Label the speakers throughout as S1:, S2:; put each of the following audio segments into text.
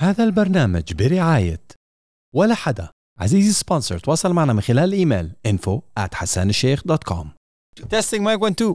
S1: هذا البرنامج برعاية ولا حدا عزيزي سبونسر تواصل معنا من خلال الايميل info at hassanالشيخ.com testing mic 1 2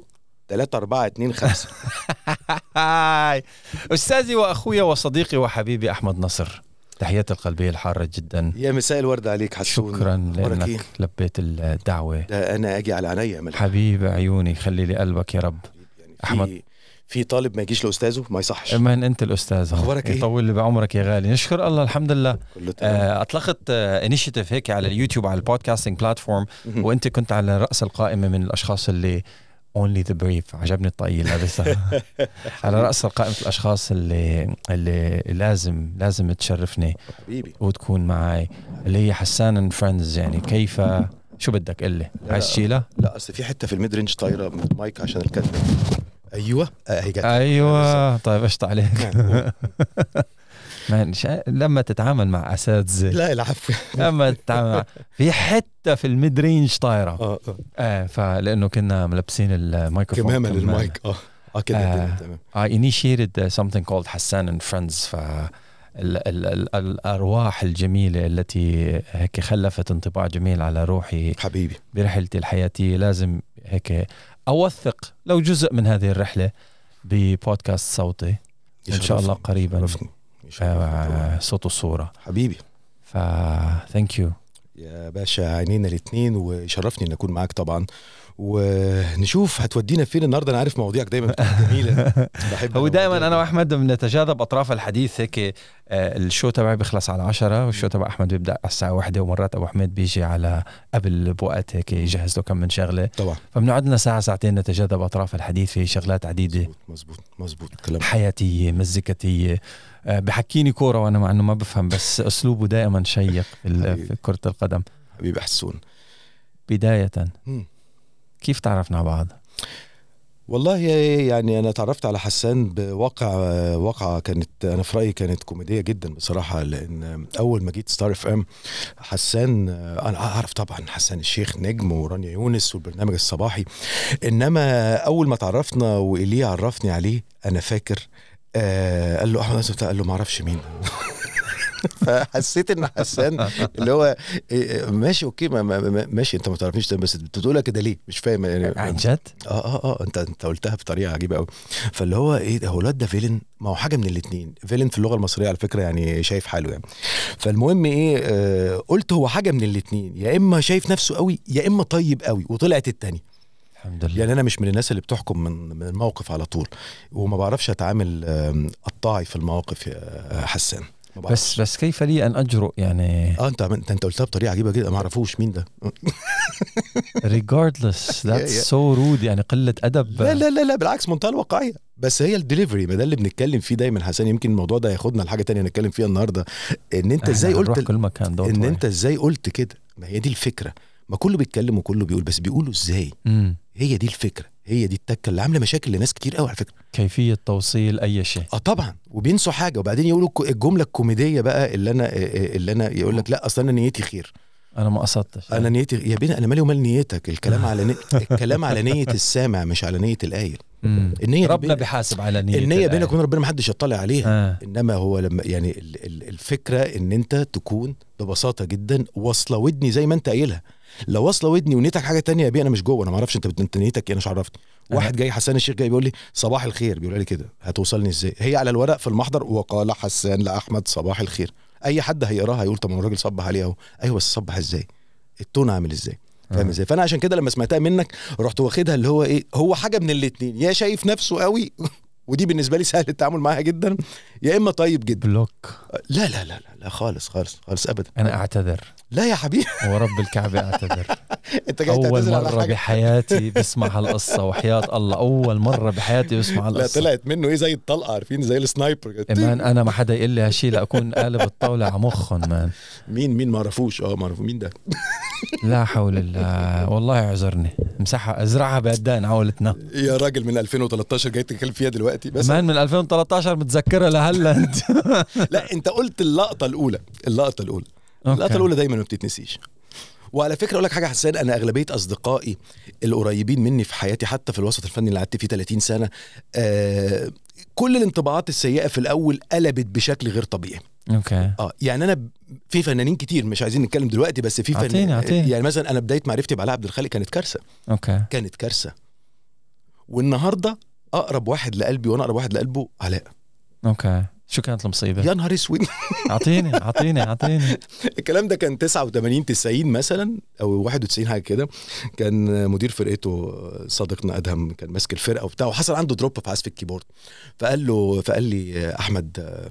S2: 3 4 2 5
S1: هاي أستاذي وأخوي وصديقي وحبيبي أحمد نصر تحياتي القلبية الحارة جدا
S2: يا مساء الورد عليك حسون
S1: شكرا
S2: أخبارك إيه؟
S1: لأنك لبيت الدعوة
S2: ده انا اجي على عينيا ملك
S1: حبيب عيوني خلي لي قلبك يا رب
S2: يعني في
S1: أحمد.
S2: في طالب ما يجيش لاستاذه ما يصحش
S1: من أنت الأستاذ هون.
S2: أخبارك إيه؟
S1: يطول لي بعمرك يا غالي نشكر الله الحمد لله
S2: كله تمام
S1: آه، اطلقت انيشيتيف هيك على اليوتيوب على البودكاستنج بلاتفورم
S2: مهم.
S1: وانت كنت على راس القائمه من الاشخاص اللي اونلي ذا بريف عجبني الطقيل لابسها على راس قائمه الاشخاص اللي اللي لازم لازم تشرفني
S2: حبيبي
S1: وتكون معي اللي هي حسان اند فريندز يعني كيف شو بدك قل لي
S2: لا.
S1: عايز تشيلها
S2: لا اصل في حته في الميد رينج طايره من المايك عشان الكلب ايوه آه، هي جت
S1: ايوه طيب قشط عليك مان شا- لما تتعامل مع اساتذه
S2: لا العفو
S1: لما تتعامل مع- في حته في الميد رينج طايره
S2: اه آه.
S1: ايه فلانه كنا ملبسين الميكروفون
S2: كمامه للمايك اه اه كده
S1: آه.
S2: الدنيا تمام
S1: I initiated uh, something called Hassan and Friends ف ال ال ال الارواح الجميله التي هيك خلفت انطباع جميل على روحي
S2: حبيبي
S1: برحلتي الحياتيه لازم هيك اوثق لو جزء من هذه الرحله ببودكاست صوتي ان شاء الله
S2: يشرفني.
S1: قريبا
S2: يشرفني. يشرفني.
S1: آه، صوت وصوره
S2: حبيبي
S1: ف ثانك يو
S2: يا باشا عينينا الاثنين وشرفني ان اكون معاك طبعا ونشوف هتودينا فين النهارده انا عارف مواضيعك دايما بتكون جميله بحب
S1: هو دائما
S2: مواضيعك.
S1: انا واحمد بنتجاذب اطراف الحديث هيك آه، الشو تبعي بيخلص على 10 والشو تبع احمد بيبدا على الساعه 1 ومرات ابو حميد بيجي على قبل بوقت هيك يجهز له كم من شغله
S2: طبعا
S1: فبنقعد لنا ساعه ساعتين نتجاذب اطراف الحديث في شغلات عديده
S2: مظبوط مظبوط كلام
S1: حياتيه مزيكتيه آه، بحكيني كوره وانا مع انه ما بفهم بس اسلوبه دائما شيق في ال- في كره القدم
S2: حبيبي حسون
S1: بدايه
S2: مم.
S1: كيف تعرفنا على بعض
S2: والله يعني انا تعرفت على حسان بواقع واقعه كانت انا في رايي كانت كوميديه جدا بصراحه لان اول ما جيت ستار اف ام حسان انا اعرف طبعا حسان الشيخ نجم ورانيا يونس والبرنامج الصباحي انما اول ما تعرفنا وايليه عرفني عليه انا فاكر آه قال له احمد عايز بتاع- قال له ما اعرفش مين فحسيت ان حسان اللي هو إيه، ماشي اوكي ما ما- ما- ماشي انت ما تعرفنيش ده، بس انت بتقولها كده ليه مش فاهم يعني
S1: عن جد؟
S2: اه اه اه انت انت قلتها بطريقه عجيبه قوي فاللي هو ايه ده هو الواد ده فيلن ما هو حاجه من الاثنين فيلن في اللغه المصريه على فكره يعني شايف حاله يعني فالمهم ايه آه قلت هو حاجه من الاثنين يا اما شايف نفسه قوي يا اما طيب قوي وطلعت التانية
S1: الحمد لله
S2: يعني انا مش من الناس اللي بتحكم من من الموقف على طول وما بعرفش اتعامل آم، قطاعي في المواقف يا حسان ما بعرفش.
S1: بس بس كيف لي ان اجرؤ يعني
S2: اه انت انت انت قلتها بطريقه عجيبه جدا ما اعرفوش مين ده
S1: regardless
S2: yeah.
S1: that's so rude يعني قلة أدب
S2: لا لا لا لا بالعكس منتهى الواقعيه بس هي الدليفري ما ده اللي بنتكلم فيه دايما حسن يمكن الموضوع ده هياخدنا لحاجه تانية نتكلم فيها النهارده ان انت
S1: إحنا
S2: ازاي
S1: هنروح
S2: قلت
S1: يعني كل مكان don't
S2: ان
S1: worry.
S2: انت ازاي قلت كده ما هي دي الفكره ما كله بيتكلم وكله بيقول بس بيقولوا ازاي
S1: مم.
S2: هي دي الفكره هي دي التكه اللي عامله مشاكل لناس كتير قوي على فكره
S1: كيفية توصيل أي شيء
S2: اه طبعا وبينسوا حاجه وبعدين يقولوا الك- الجمله الكوميديه بقى اللي انا اللي انا يقول لك لا اصل انا نيتي خير
S1: أنا ما قصدتش
S2: انا نيتي يا بني انا مالي ومال نيتك الكلام على ني... الكلام على نيه السامع مش على نيه القايل
S1: مم.
S2: النيه دي
S1: ربنا
S2: بين-
S1: بحاسب على نية
S2: النيه
S1: الآية.
S2: بينك وبين ربنا ما حدش يطلع عليها
S1: يعني آه.
S2: انما هو لما يعني ال- ال- الفكره ان انت تكون ببساطه جدا واصله ودني زي ما انت قايلها لو واصله ودني ونيتك حاجه تانية يا بيه انا مش جوه انا ما اعرفش انت بت- انت نيتك ايه انا مش عرفتني واحد جاي حسان الشيخ جاي بيقول لي صباح الخير بيقول لي كده هتوصلني ازاي هي على الورق في المحضر وقال حسان لاحمد صباح الخير اي حد هيقراها هيقول طب ما هو الراجل صبح عليها اهو ايوه بس صبح ازاي التون عامل ازاي فاهم
S1: آه.
S2: ازاي فانا عشان كده لما سمعتها منك رحت واخدها اللي هو ايه هو حاجه من الاتنين يا شايف نفسه قوي ودي بالنسبه لي سهل التعامل معاها جدا يا اما طيب جدا
S1: بلوك
S2: لا لا لا لا, لا خالص خالص خالص ابدا
S1: أنا أعتذر
S2: لا يا حبيبي
S1: ورب الكعبة أعتذر
S2: انت جاي
S1: أول
S2: تعتذر على
S1: مرة
S2: حاجه
S1: بحياتي بسمع هالقصة وحياة الله أول مرة بحياتي بسمع
S2: لا
S1: هالقصة
S2: طلعت منه ايه زي الطلقه عارفين زي السنايبر كده.
S1: إمان أنا إيه، ما حدا يقول لي هالشي لأكون قالب الطاولة على مخهم مان
S2: مين مين ما اعرفوش اه ما اعرفوش مين ده
S1: لا حول الله والله اعذرني امسحها ازرعها بأدان عولتنا
S2: يا راجل من 2013 جاي تتكلم فيها دلوقتي بس
S1: مان من 2013 متذكرها لهلا انت
S2: لا انت قلت اللقطه الاولى اللقطه الاولى
S1: أوكي.
S2: اللقطه الاولى دايما ما بتتنسيش وعلى فكره اقول لك حاجه حسان انا اغلبيه اصدقائي القريبين مني في حياتي حتى في الوسط الفني اللي قعدت فيه 30 سنه آه كل الانطباعات السيئه في الاول قلبت بشكل غير طبيعي
S1: اوكي
S2: اه يعني انا ب- في فنانين كتير مش عايزين نتكلم دلوقتي بس في فنانين
S1: اعطيني- اعطيني.
S2: يعني مثلا انا بدايه معرفتي بعلاء عبد الخالق كانت كارثه
S1: اوكي
S2: كانت كارثه والنهارده اقرب واحد لقلبي وانا اقرب واحد لقلبه علاء
S1: اوكي شو كانت المصيبه
S2: يا نهار اسود
S1: اعطيني اعطيني اعطيني
S2: الكلام ده كان 89 90 مثلا او 91 حاجه كده كان مدير فرقته صديقنا ادهم كان ماسك الفرقه وبتاع وحصل عنده دروب في عزف الكيبورد فقال له فقال لي احمد آه،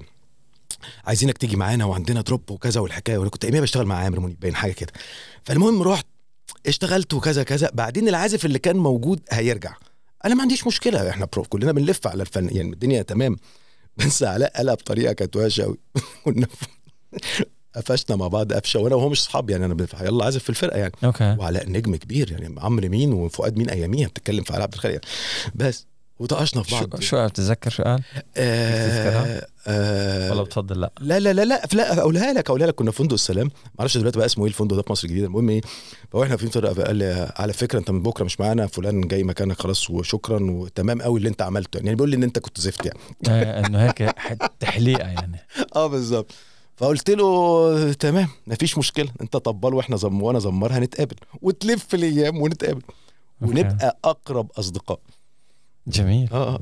S2: عايزينك تيجي معانا وعندنا دروب وكذا والحكايه وانا كنت اياميها بشتغل مع عامر منيب باين حاجه كده فالمهم رحت اشتغلت وكذا كذا بعدين العازف اللي كان موجود هيرجع انا ما عنديش مشكله احنا بروف كلنا بنلف على الفن يعني الدنيا تمام بس علاء قالها بطريقه كانت وحشه قوي كنا قفشنا مع بعض قفشه وانا وهو مش اصحاب يعني انا بف- يلا عازف في الفرقه يعني
S1: اوكي
S2: وعلاء نجم كبير يعني عمرو مين وفؤاد مين اياميها بتتكلم في علاء عبد الخالق يعني. بس وطقشنا في
S1: شو
S2: بعض
S1: شو قال بتتذكر شو قال؟
S2: آه
S1: تذكرها؟ ولا
S2: آه
S1: بتفضل لا
S2: لا لا لا لا لا اقولها لك اقولها لك كنا في فندق السلام ما اعرفش دلوقتي بقى اسمه ايه الفندق ده في مصر الجديده المهم ايه فاحنا في فرقه فقال لي على فكره انت من بكره مش معانا فلان جاي مكانك خلاص وشكرا وتمام قوي اللي انت عملته يعني بيقول لي ان انت كنت زفت يعني
S1: إيه، انه هيك ح- تحليقه يعني
S2: اه بالظبط فقلت له تمام مفيش مشكله انت طبال واحنا زم وانا زمار هنتقابل وتلف الايام ونتقابل
S1: أوكي.
S2: ونبقى اقرب اصدقاء
S1: جميل
S2: اه آه.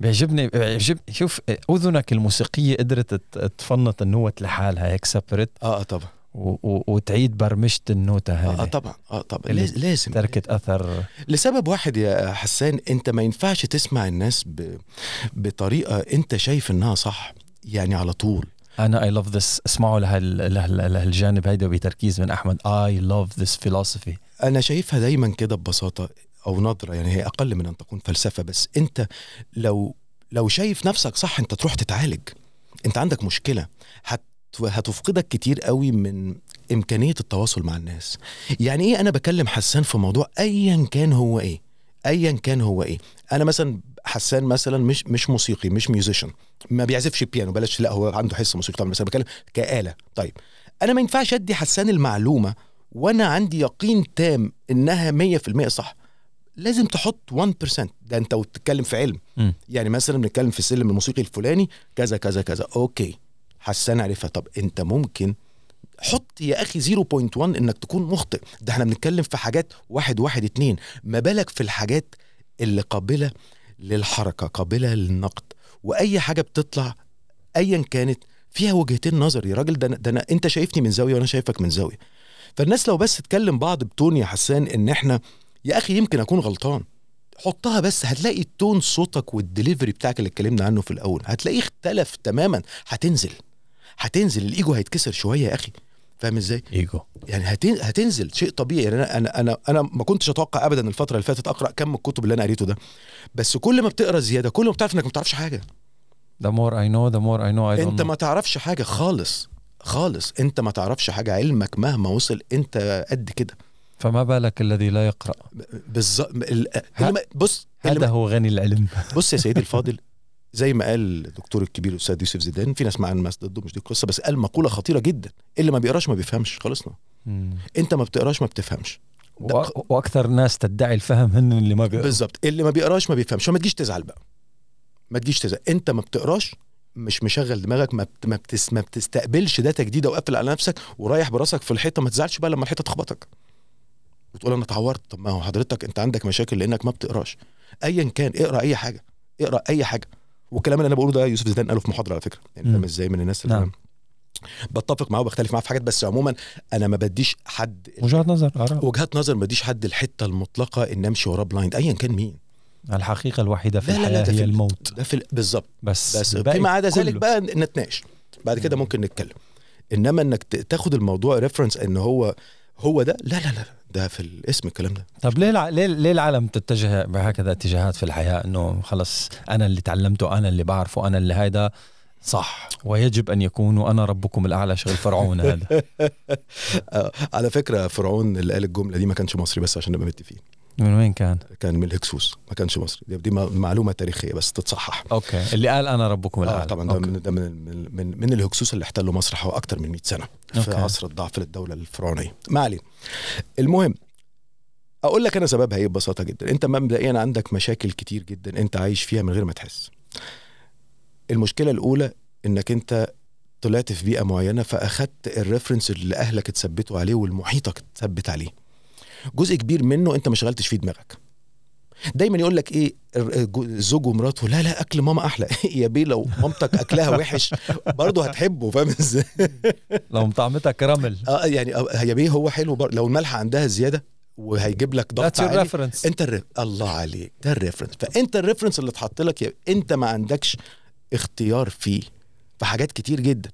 S1: بيعجبني بيعجب شوف اذنك الموسيقيه قدرت ت- تفنط النوت لحالها هيك سبريت
S2: اه اه طبعا
S1: و- و- وتعيد برمجه النوتة
S2: اه آه،
S1: هاي
S2: طبعا اه طبعا
S1: اللي
S2: لاز- لازم
S1: تركت اثر
S2: لسبب واحد يا حسان انت ما ينفعش تسمع الناس ب... بطريقه انت شايف انها صح يعني على طول
S1: انا اي لاف ذس اسمعوا لهال لهال لهالجانب هيدا بتركيز من احمد اي لاف ذس فيلوسفي
S2: انا شايفها دايما كده ببساطه او نظره يعني هي اقل من ان تكون فلسفه بس انت لو لو شايف نفسك صح انت تروح تتعالج انت عندك مشكله هت هتفقدك كتير قوي من امكانيه التواصل مع الناس يعني ايه انا بكلم حسان في موضوع ايا كان هو ايه ايا كان هو ايه انا مثلا حسان مثلا مش مش موسيقي مش ميوزيشن ما بيعزفش بيانو بلاش لا هو عنده حس موسيقي طبعا بس انا بتكلم كآلة طيب انا ما ينفعش ادي حسان المعلومه وانا عندي يقين تام انها 100% صح لازم تحط 1% ده انت وبتتكلم في علم
S1: مم.
S2: يعني مثلا بنتكلم في السلم الموسيقي الفلاني كذا كذا كذا اوكي حسان عرفها طب انت ممكن حط يا اخي 0.1 انك تكون مخطئ ده احنا بنتكلم في حاجات واحد واحد اتنين ما بالك في الحاجات اللي قابله للحركه قابله للنقد واي حاجه بتطلع ايا كانت فيها وجهتين نظر يا راجل ده أنا- ده انا انت شايفني من زاويه وانا شايفك من زاويه فالناس لو بس تكلم بعض بتون يا حسان ان احنا يا اخي يمكن اكون غلطان حطها بس هتلاقي التون صوتك والدليفري بتاعك اللي اتكلمنا عنه في الاول هتلاقيه اختلف تماما هتنزل هتنزل الايجو هيتكسر شويه يا اخي فاهم ازاي
S1: ايجو
S2: يعني هتن- هتنزل شيء طبيعي يعني انا انا انا انا ما كنتش اتوقع ابدا الفتره اللي فاتت اقرا كم الكتب اللي انا قريته ده بس كل ما بتقرا زياده كل ما بتعرف انك ما بتعرفش حاجه
S1: ذا مور اي نو ذا مور اي نو اي
S2: انت ما تعرفش حاجه خالص خالص انت ما تعرفش حاجه علمك مهما وصل انت قد كده
S1: فما بالك الذي لا يقرا
S2: بالظبط
S1: ه-
S2: بص اللي
S1: هذا هو غني العلم
S2: بص يا سيدي الفاضل زي ما قال الدكتور الكبير الاستاذ يوسف زيدان في ناس معاه ناس ضده مش دي القصه بس قال مقوله خطيره جدا اللي ما بيقراش ما بيفهمش خلصنا
S1: مم.
S2: انت ما بتقراش ما بتفهمش
S1: وأ- واكثر ناس تدعي الفهم هن اللي ما بيقروا
S2: بالظبط اللي ما بيقراش ما بيفهمش ما تجيش تزعل بقى ما تجيش تزعل انت ما بتقراش مش مشغل دماغك ما بت- ما, بتس ما بتستقبلش داتا جديده وقافل على نفسك ورايح براسك في الحيطه ما تزعلش بقى لما الحيطه تخبطك وتقول انا اتعورت طب ما هو حضرتك انت عندك مشاكل لانك ما بتقراش ايا كان اقرا اي حاجه اقرا اي حاجه والكلام اللي انا بقوله ده يوسف زيدان قاله في محاضره على فكره يعني
S1: مم.
S2: فاهم ازاي من الناس اللي
S1: نعم.
S2: بتفق معاه وبختلف معاه في حاجات بس عموما انا ما بديش حد
S1: وجهه نظر اراء
S2: وجهات نظر ما بديش حد الحته المطلقه ان امشي وراه بلايند ايا كان مين
S1: الحقيقه الوحيده في
S2: لا، لا، لا،
S1: الحياه
S2: ده في
S1: هي
S2: ال-
S1: الموت
S2: ده في ال- بالظبط
S1: بس
S2: بس
S1: الباقي
S2: فيما عدا ذلك
S1: كله.
S2: بقى نتناقش بعد كده ممكن نتكلم انما انك ت- تاخد الموضوع ريفرنس ان هو هو ده لا لا لا ده في الاسم الكلام ده
S1: طب ليه الع... ليه ليه العالم تتجه بهكذا اتجاهات في الحياه انه خلص انا اللي تعلمته انا اللي بعرفه انا اللي هيدا صح ويجب ان يكون وانا ربكم الاعلى شغل فرعون هذا
S2: آه على فكره فرعون اللي قال الجمله دي ما كانش مصري بس عشان نبقى متفقين
S1: من وين كان؟
S2: كان من الهكسوس ما كانش مصري دي, دي م- معلومه تاريخيه بس تتصحح
S1: اوكي اللي قال انا ربكم
S2: اه
S1: الاعلى
S2: طبعا ده
S1: أوكي.
S2: من, ده من, من, من, من الهكسوس اللي احتلوا مصر حوالي اكتر من 100 سنه في
S1: أوكي.
S2: عصر الضعف للدوله الفرعونيه ما علينا المهم اقول لك انا سببها ايه ببساطه جدا انت مبدئيا عندك مشاكل كتير جدا انت عايش فيها من غير ما تحس المشكله الاولى انك انت طلعت في بيئه معينه فاخدت الريفرنس اللي اهلك اتثبتوا عليه والمحيطك اتثبت عليه جزء كبير منه انت ما شغلتش فيه دماغك دايما يقول لك ايه الر- جو- الزوج ومراته لا لا اكل ماما احلى يا بيه لو مامتك اكلها وحش برضه هتحبه فاهم ازاي
S1: لو مطعمتك رمل
S2: اه يعني آه، يا بيه هو حلو بر... لو الملح عندها زياده وهيجيب لك ضغط
S1: ذاتس يور
S2: عالي
S1: ريفرنس
S2: انت الرف... الله عليك ده الريفرنس فانت الريفرنس اللي اتحط لك يا... انت ما عندكش اختيار فيه في حاجات كتير جدا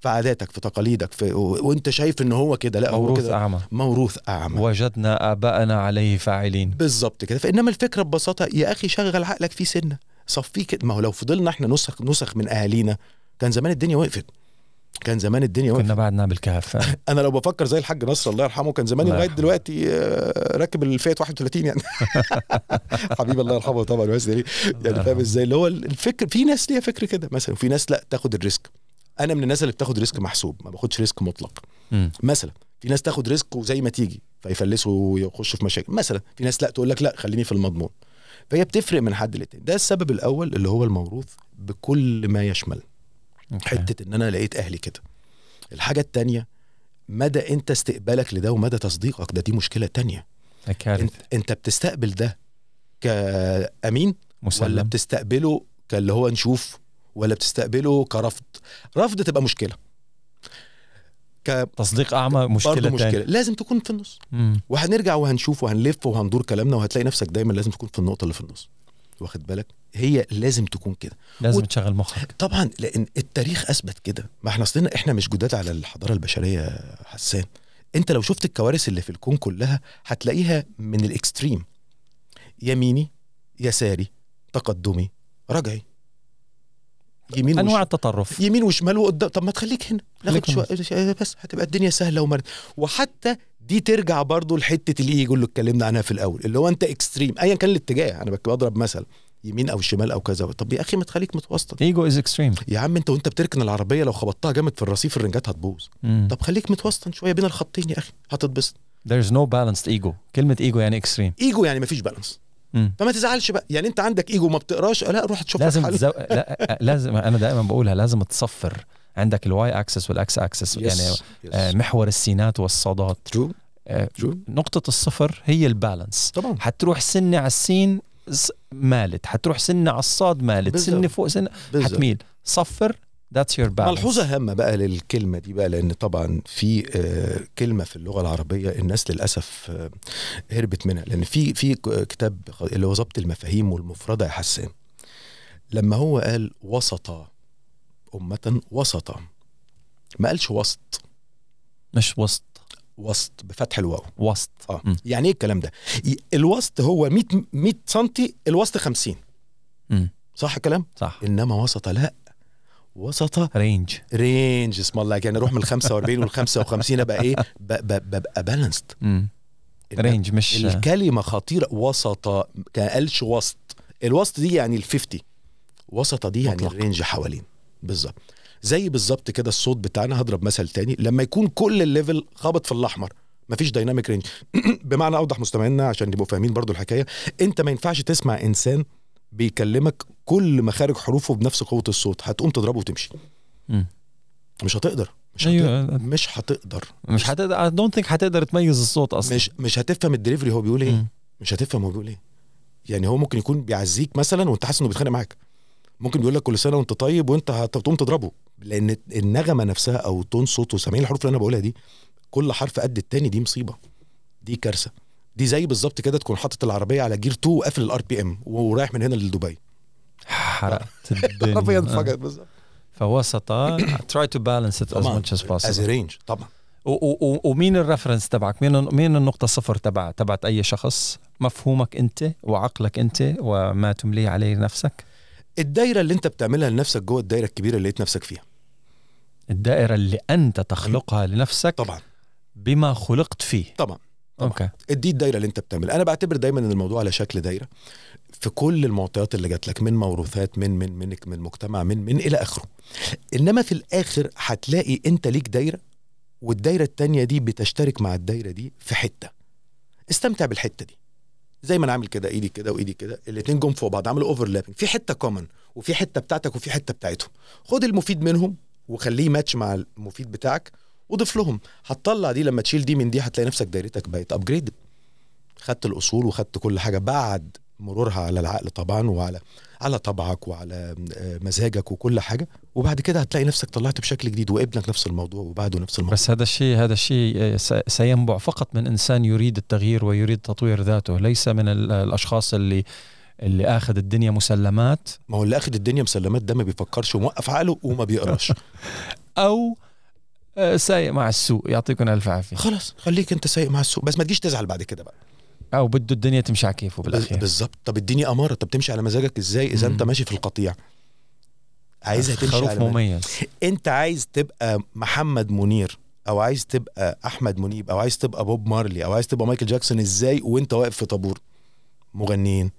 S2: في عاداتك في تقاليدك في... و... وانت شايف ان هو كده لا هو
S1: موروث
S2: كده
S1: اعمى
S2: موروث اعمى
S1: وجدنا اباءنا عليه فاعلين
S2: بالظبط كده فانما الفكره ببساطه يا اخي شغل عقلك فيه سنه صفيه كده ما هو لو فضلنا احنا نسخ نسخ من اهالينا كان زمان الدنيا وقفت كان زمان الدنيا وقفت
S1: كنا بعدنا بالكهف
S2: انا لو بفكر زي الحاج نصر الله يرحمه كان زماني
S1: الله
S2: لغايه
S1: يرحمه.
S2: دلوقتي آه، راكب الفيت 31 يعني حبيبي الله يرحمه طبعا بس يعني يعني فاهم
S1: يرحمه.
S2: ازاي اللي هو الفكر في ناس ليها فكر كده مثلا وفي ناس لا تاخد الريسك انا من الناس اللي بتاخد ريسك محسوب ما باخدش ريسك مطلق
S1: مم.
S2: مثلا في ناس تاخد ريسك وزي ما تيجي فيفلسوا ويخشوا في مشاكل مثلا في ناس لا تقول لك لا خليني في المضمون فهي بتفرق من حد للتاني ده السبب الاول اللي هو الموروث بكل ما يشمل
S1: أوكي.
S2: حته ان انا لقيت اهلي كده الحاجه التانية مدى انت استقبالك لده ومدى تصديقك ده دي مشكله تانية
S1: ده
S2: انت,
S1: كارثه
S2: انت بتستقبل ده كامين ولا
S1: مسلم
S2: بتستقبله كاللي هو نشوف ولا بتستقبله كرفض رفض تبقى مشكله ك
S1: تصديق اعمى
S2: برضه
S1: مشكله
S2: مشكله
S1: ثانيه
S2: لازم تكون في النص وهنرجع وهنشوف وهنلف وهندور كلامنا وهتلاقي نفسك دايما لازم تكون في النقطه اللي في النص واخد بالك هي لازم تكون كده
S1: لازم
S2: وت-
S1: تشغل مخك
S2: طبعا لان التاريخ اثبت كده ما احنا اصلنا احنا مش جداد على الحضاره البشريه يا حسان انت لو شفت الكوارث اللي في الكون كلها هتلاقيها من الاكستريم يميني يساري تقدمي رجعي يمين وش- إيه.
S1: انواع التطرف
S2: يمين وشمال وقدام طب ما تخليك هنا ناخد
S1: خليك هنا.
S2: شويه شوية بس هتبقى الدنيا سهله ومرن وحتى دي ترجع برضو لحته الايجو اللي اتكلمنا عنها في الاول اللي هو انت اكستريم ايا كان الاتجاه انا بك- بضرب مثل يمين او شمال او كذا طب يا اخي ما تخليك متوسط
S1: ايجو از اكستريم
S2: يا عم انت وانت بتركن العربيه لو خبطتها جامد في الرصيف الرنجات هتبوظ طب خليك متوسطا شويه بين الخطين يا اخي هتتبسط
S1: there's no balanced ego كلمه ايجو يعني اكستريم
S2: ايجو يعني مفيش بالانس فما تزعلش بقى يعني انت عندك ايجو ما بتقراش لا روح تشوف لك
S1: لازم
S2: حل.
S1: تزو... لا لازم انا دائما بقولها لازم تصفر عندك الواي اكسس والاكس اكسس يعني آه، محور السينات والصادات
S2: ترو
S1: آه،
S2: ترو
S1: نقطة الصفر هي البالانس
S2: طبعا
S1: حتروح سنة على السين ز- مالت حتروح سنة على الصاد مالت
S2: بالظبط.
S1: سنة فوق سنة
S2: بالظبط.
S1: حتميل صفر ذاتس يور بالانس
S2: ملحوظة هامة بقى للكلمة دي بقى لأن طبعا في آه، كلمة في اللغة العربية الناس للأسف آه، هربت منها لأن في في ك- كتاب خ- اللي هو ضبط المفاهيم والمفردة يا حسان لما هو قال وسط أمة وسط ما قالش وسط
S1: مش وسط
S2: وسط بفتح الواو
S1: وسط
S2: اه
S1: مم.
S2: يعني ايه الكلام ده ي- الوسط هو 100 100 سم الوسط 50
S1: مم.
S2: صح الكلام
S1: صح
S2: انما وسط لا وسط
S1: رينج
S2: رينج اسم الله يعني اروح من ال 45 وال 55 ابقى ايه ب- ب- ببقى بالانسد
S1: رينج مش
S2: الكلمه خطيره وسط ما قالش وسط الوسط دي يعني ال 50 وسط دي يعني
S1: مطلق.
S2: الرينج حوالين بالظبط زي بالظبط كده الصوت بتاعنا هضرب مثل تاني لما يكون كل الليفل خابط في الاحمر مفيش دايناميك رينج بمعنى اوضح مستمعينا عشان يبقوا فاهمين برضو الحكايه انت ما ينفعش تسمع انسان بيكلمك كل مخارج حروفه بنفس قوه الصوت هتقوم تضربه وتمشي
S1: مم.
S2: مش هتقدر مش هتقدر
S1: ايوه
S2: مش هتقدر
S1: مش حتقدر اي دونت ثينك حتقدر تميز الصوت اصلا
S2: مش مش هتفهم الدليفري هو بيقول ايه
S1: مم.
S2: مش هتفهم هو بيقول ايه يعني هو ممكن يكون بيعزيك مثلا وانت حاسس انه بيتخانق معاك ممكن بيقول لك كل سنه وانت طيب وانت هت- هتقوم تضربه لان النغمه نفسها او تون صوته سامعين الحروف اللي انا بقولها دي كل حرف قد التاني دي مصيبه دي كارثه دي زي بالظبط كده تكون حاطط العربيه على جير 2 وقافل الار بي ام ورايح من هنا لدبي
S1: حرقت
S2: العربيه
S1: الدنيا آه.
S2: اتفجرت بالظبط
S1: فوسطة try to balance it as
S2: طبعاً.
S1: much as
S2: از
S1: possible
S2: رينج طبعا
S1: و- و- و- ومين الرفرنس تبعك مين مين النقطة صفر تبع تبعت أي شخص مفهومك أنت وعقلك أنت وما تمليه عليه نفسك
S2: الدايره اللي انت بتعملها لنفسك جوه الدايره الكبيره اللي لقيت نفسك فيها
S1: الدائرة اللي أنت تخلقها لنفسك
S2: طبعا
S1: بما خلقت فيه
S2: طبعا
S1: اوكي
S2: دي الدايره اللي انت بتعملها انا بعتبر دايما ان الموضوع على شكل دايره في كل المعطيات اللي جات لك من موروثات من من منك من مجتمع من من الى اخره انما في الاخر هتلاقي انت ليك دايره والدايره التانية دي بتشترك مع الدايره دي في حته استمتع بالحته دي زي ما انا عامل كده ايدي كده وايدي كده الاثنين جم فوق بعض عملوا اوفرلابنج في حته كومن وفي حته بتاعتك وفي حته بتاعتهم خد المفيد منهم وخليه ماتش مع المفيد بتاعك وضيف لهم هتطلع دي لما تشيل دي من دي هتلاقي نفسك دايرتك بقت ابجريد خدت الاصول وخدت كل حاجه بعد مرورها على العقل طبعا وعلى على طبعك وعلى آه، مزاجك وكل حاجه وبعد كده هتلاقي نفسك طلعت بشكل جديد وابنك نفس الموضوع وبعده نفس الموضوع
S1: بس هذا الشيء هذا الشيء آه، س- سينبع فقط من انسان يريد التغيير ويريد تطوير ذاته ليس من ال- الاشخاص اللي اللي اخذ الدنيا مسلمات
S2: ما هو اللي اخد الدنيا مسلمات ده ما بيفكرش وموقف عقله وما بيقراش
S1: او آه، سايق مع السوق يعطيكم الف عافيه
S2: خلاص خليك انت سايق مع السوق بس ما تجيش تزعل بعد كده بقى
S1: او بده الدنيا تمشي على كيفه بالاخير
S2: بالظبط طب اديني اماره طب تمشي على مزاجك ازاي اذا
S1: مم.
S2: انت ماشي في القطيع عايزها تمشي
S1: خروف
S2: على مزاجك.
S1: مميز
S2: انت عايز تبقى محمد منير او عايز تبقى احمد منيب او عايز تبقى بوب مارلي او عايز تبقى مايكل جاكسون ازاي وانت واقف في طابور مغنيين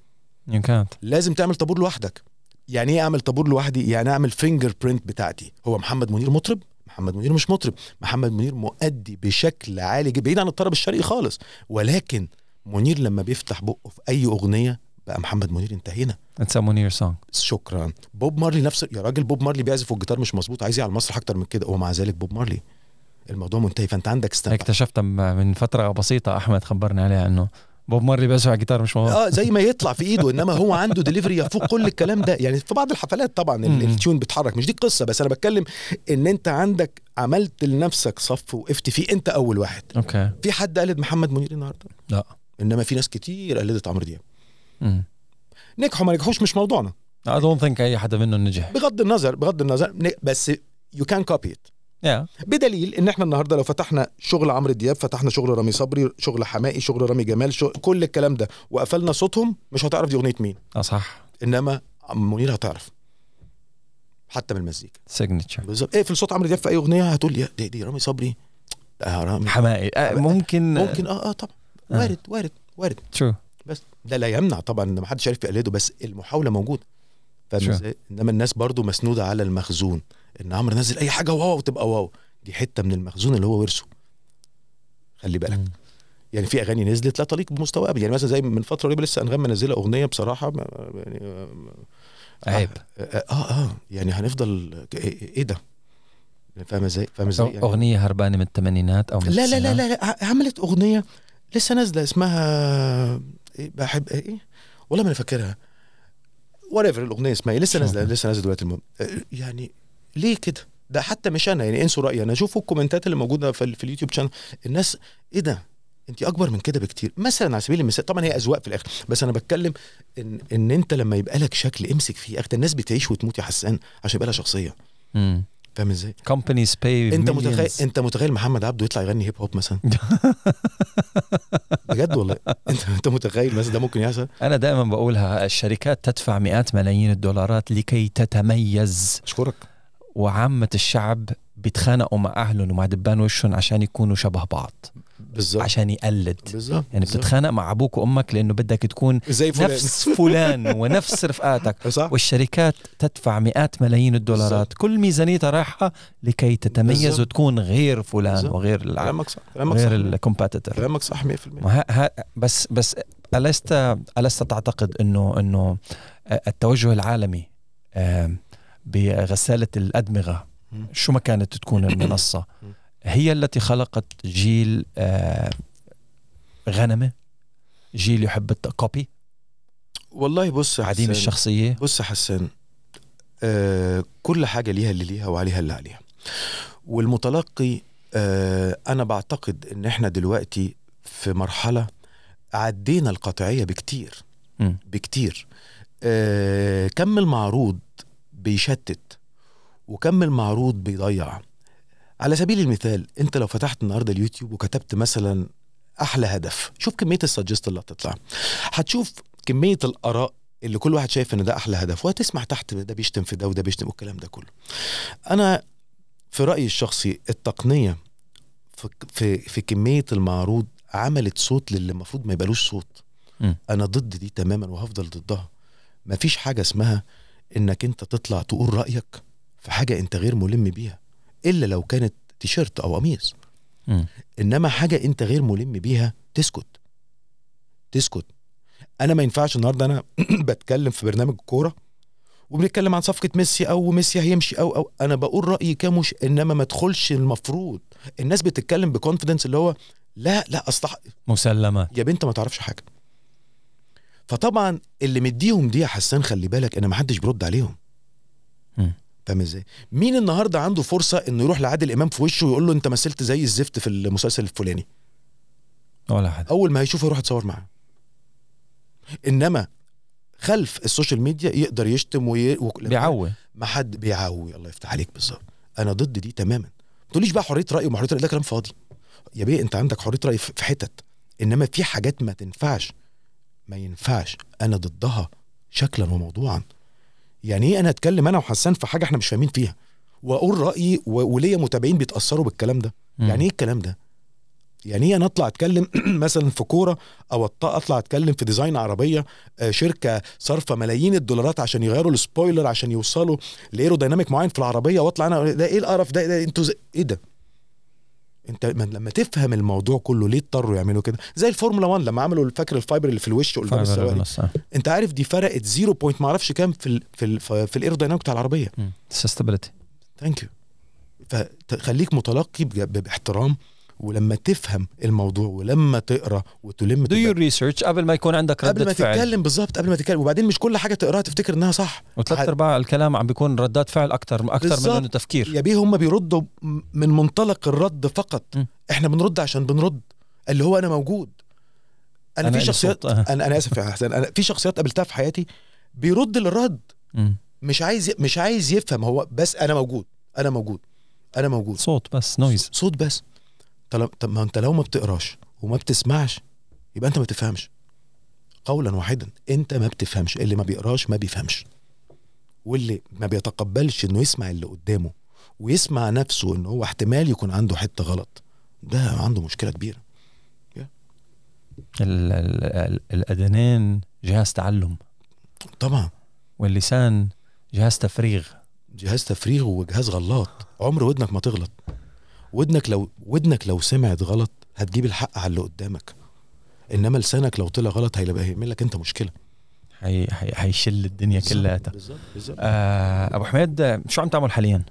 S1: ان كانت
S2: لازم تعمل طابور لوحدك يعني ايه اعمل طابور لوحدي يعني اعمل فينجر برينت بتاعتي هو محمد منير مطرب محمد منير مش مطرب محمد منير مؤدي بشكل عالي جدا بعيد عن الطرب الشرقي خالص ولكن منير لما بيفتح بقه في اي اغنيه بقى محمد منير انتهينا
S1: اتس مونير سونج
S2: شكرا بوب مارلي نفس يا راجل بوب مارلي بيعزف والجيتار مش مظبوط عايز يعلى المسرح اكتر من كده ومع ذلك بوب مارلي الموضوع منتهي فانت عندك استمتع
S1: اكتشفت م- من فتره بسيطه احمد خبرنا عليها انه بوب مارلي بيسمع على الجيتار مش مهم
S2: اه زي ما يطلع في ايده انما هو عنده ديليفري يفوق كل الكلام ده يعني في بعض الحفلات طبعا ال-
S1: مم.
S2: التيون بيتحرك مش دي القصه بس انا بتكلم ان انت عندك عملت لنفسك صف وقفت فيه انت اول واحد
S1: اوكي
S2: في حد قلد محمد منير النهارده
S1: لا
S2: انما في ناس كتير قلدت عمرو دياب
S1: امم
S2: نجحوا ما نجحوش مش موضوعنا
S1: اي دونت ثينك اي حدا منهم نجح
S2: بغض النظر بغض النظر ن- بس يو كان كوبي ات
S1: يا
S2: بدليل ان احنا النهارده لو فتحنا شغل عمرو دياب فتحنا شغل رامي صبري شغل حماقي شغل رامي جمال شغل كل الكلام ده وقفلنا صوتهم مش هتعرف دي اغنيه مين
S1: آه، صح
S2: انما منير هتعرف حتى من المزيكا
S1: سيجنتشر
S2: بالظبط اقفل صوت عمرو دياب في اي اغنيه هتقول يا دي, دي رامي صبري آه رامي
S1: حمائي آه، ممكن
S2: ممكن اه اه طبعا
S1: آه.
S2: وارد وارد وارد
S1: ترو
S2: بس ده لا يمنع طبعا ان محدش عارف يقلده بس المحاوله موجوده فاهم
S1: Sure.
S2: ازاي؟ انما الناس برضو مسنوده على المخزون ان عمرو نزل اي حاجه واو تبقى واو دي حته من المخزون اللي هو ورثه خلي بالك يعني في اغاني نزلت لا تليق بمستوى أبي. يعني مثلا زي من فتره قريبه لسه انغام منزله اغنيه بصراحه ما- يعني
S1: عيب
S2: اه اه يعني هنفضل ك- ايه إيه ده فاهم ازاي فاهم ازاي يعني
S1: اغنيه هربانه من الثمانينات او من
S2: لا لا لا
S1: التسعينات.
S2: لا, لا ع- عملت اغنيه لسه نازله اسمها إيه بحب ايه والله ما انا فاكرها وات ايفر الاغنيه اسمها ايه لسه
S1: شو
S2: نازله لسه نازله دلوقتي المهم آه، يعني ليه كده ده حتى مش انا يعني انسوا رايي انا شوفوا الكومنتات اللي موجوده في, ال- في اليوتيوب شانل الناس ايه ده انت اكبر من كده بكتير مثلا على سبيل المثال طبعا هي اذواق في الاخر بس انا بتكلم ان ان انت لما يبقى لك شكل امسك فيه يا اخي ده الناس بتعيش وتموت يا حسان عشان يبقى لها شخصيه
S1: امم
S2: فاهم ازاي
S1: كومبانيز باي
S2: انت متخيل انت متخيل محمد عبده يطلع يغني هيب هوب مثلا بجد والله انت انت متخيل مثلا ده ممكن يحصل
S1: انا دائما بقولها الشركات تدفع مئات ملايين الدولارات لكي تتميز
S2: اشكرك
S1: وعامه الشعب بيتخانقوا مع اهلهم ومع دبان وشهم عشان يكونوا شبه بعض
S2: بالظبط
S1: عشان يقلد
S2: بالظبط
S1: يعني
S2: بالظبط.
S1: بتتخانق مع ابوك وامك لانه بدك تكون
S2: زي فلان
S1: نفس فلان ونفس رفقاتك
S2: صح
S1: والشركات تدفع مئات ملايين الدولارات
S2: آه. بالظبط.
S1: كل ميزانيتها رايحه لكي تتميز
S2: بالظبط.
S1: وتكون غير فلان
S2: بالظبط. يعني
S1: وغير الع-
S2: كلامك صح كلامك
S1: غير
S2: صح
S1: الكومبيتيتور
S2: كلامك صح 100%
S1: ما ها ها بس بس الست الست تعتقد انه انه التوجه العالمي آم، بغساله الادمغه
S2: مم.
S1: شو ما كانت تكون المنصه
S2: مم.
S1: هي التي خلقت جيل آه، غنمه جيل يحب الكوبي
S2: والله بص يا
S1: عديم
S2: حسان،
S1: الشخصيه
S2: بص يا حسان آه كل حاجه ليها اللي ليها وعليها اللي عليها والمتلقي آه انا بعتقد ان احنا دلوقتي في مرحله عدينا القطعيه بكتير
S1: مم.
S2: بكتير آه، كم المعروض بيشتت وكم المعروض بيضيع على سبيل المثال انت لو فتحت النهارده اليوتيوب وكتبت مثلا احلى هدف شوف كميه السجست اللي هتطلع هتشوف كميه الاراء اللي كل واحد شايف ان ده احلى هدف وهتسمع تحت ده بيشتم في ده وده بيشتم والكلام ده كله انا في رايي الشخصي التقنيه في في, في كميه المعروض عملت صوت للي المفروض ما يبقالوش صوت
S1: م.
S2: انا ضد دي تماما وهفضل ضدها مفيش حاجه اسمها انك انت تطلع تقول رايك في حاجه انت غير ملم بيها الا لو كانت تيشيرت او قميص
S1: م.
S2: انما حاجه انت غير ملم بيها تسكت تسكت انا ما ينفعش النهارده انا بتكلم في برنامج كوره وبنتكلم عن صفقه ميسي او ميسي هيمشي او او انا بقول رايي كمش انما ما ادخلش المفروض الناس بتتكلم بكونفيدنس اللي هو لا لا اصلح
S1: مسلمات
S2: يا بنت ما تعرفش حاجه فطبعا اللي مديهم دي يا حسان خلي بالك ان ما حدش بيرد عليهم
S1: مم.
S2: فاهم ازاي مين النهارده عنده فرصه انه يروح لعادل امام في وشه ويقول له انت مثلت زي الزفت في المسلسل الفلاني
S1: ولا حد
S2: اول ما هيشوفه يروح يتصور معاه انما خلف السوشيال ميديا يقدر يشتم وي... و...
S1: بيعوي
S2: ما حد بيعوي الله يفتح عليك بالظبط انا ضد دي تماما ما تقوليش بقى حريه راي وما حريه راي ده كلام فاضي يا بيه انت عندك حريه راي في في حتت انما في حاجات ما تنفعش ما ينفعش انا ضدها شكلا وموضوعا يعني ايه انا اتكلم انا وحسان في حاجه احنا مش فاهمين فيها واقول رايي و- وليا متابعين بيتاثروا بالكلام ده
S1: مم.
S2: يعني ايه الكلام ده يعني ايه انا اطلع اتكلم مثلا في كوره او أط- اطلع اتكلم في ديزاين عربيه آه، شركه صارفه ملايين الدولارات عشان يغيروا السبويلر عشان يوصلوا لايرو دايناميك معين في العربيه واطلع انا أقول ده ايه القرف ده, ده انتوا زي- ايه ده انت ما- لما تفهم الموضوع كله ليه اضطروا يعملوا كده زي الفورمولا 1 لما عملوا الفاكر الفايبر اللي في الوش قدام
S1: فايبر
S2: السواق
S1: بالنص، آه.
S2: انت عارف دي فرقت زيرو بوينت ما اعرفش كام في ال في ال في الايرودايناميك بتاع العربيه
S1: مم. sustainability.
S2: ثانك يو فخليك متلقي بج- ب- باحترام ولما تفهم الموضوع ولما تقرا وتلم
S1: do your
S2: تبقى-
S1: research قبل ما يكون عندك
S2: قبل
S1: ردة
S2: ما
S1: فعل
S2: تتكلم بالظبط قبل ما تتكلم وبعدين مش كل حاجه تقراها تفتكر انها صح
S1: وثلاث
S2: حد-
S1: ارباع الكلام عم بيكون ردات فعل اكثر اكثر من
S2: بالظبط.
S1: انه تفكير
S2: يا بيه هم بيردوا م- من منطلق الرد فقط
S1: م.
S2: احنا بنرد عشان بنرد اللي هو انا موجود انا,
S1: أنا
S2: في
S1: لي
S2: شخصيات
S1: صوت، آه.
S2: انا انا اسف يا حسن انا في شخصيات قابلتها في حياتي بيرد للرد
S1: مم.
S2: مش عايز مش عايز يفهم هو بس انا موجود انا موجود انا موجود
S1: صوت بس نويز
S2: صوت بس طل- طب ما انت لو ما بتقراش وما بتسمعش يبقى انت ما تفهمش قولا واحدا انت ما بتفهمش اللي ما بيقراش ما بيفهمش واللي ما بيتقبلش انه يسمع اللي قدامه ويسمع نفسه ان هو احتمال يكون عنده حته غلط ده عنده مشكله كبيره
S1: ال- ال- ال- الاذنين جهاز تعلم
S2: طبعا
S1: واللسان جهاز تفريغ
S2: جهاز تفريغ وجهاز غلط عمر ودنك ما تغلط ودنك لو ودنك لو سمعت غلط هتجيب الحق على اللي قدامك انما لسانك لو طلع غلط هيبقى هيعمل لك انت مشكله
S1: حي... حي... حيشل الدنيا كلها
S2: بالظبط بالظبط
S1: آه ابو حميد آه، شو عم تعمل حاليا؟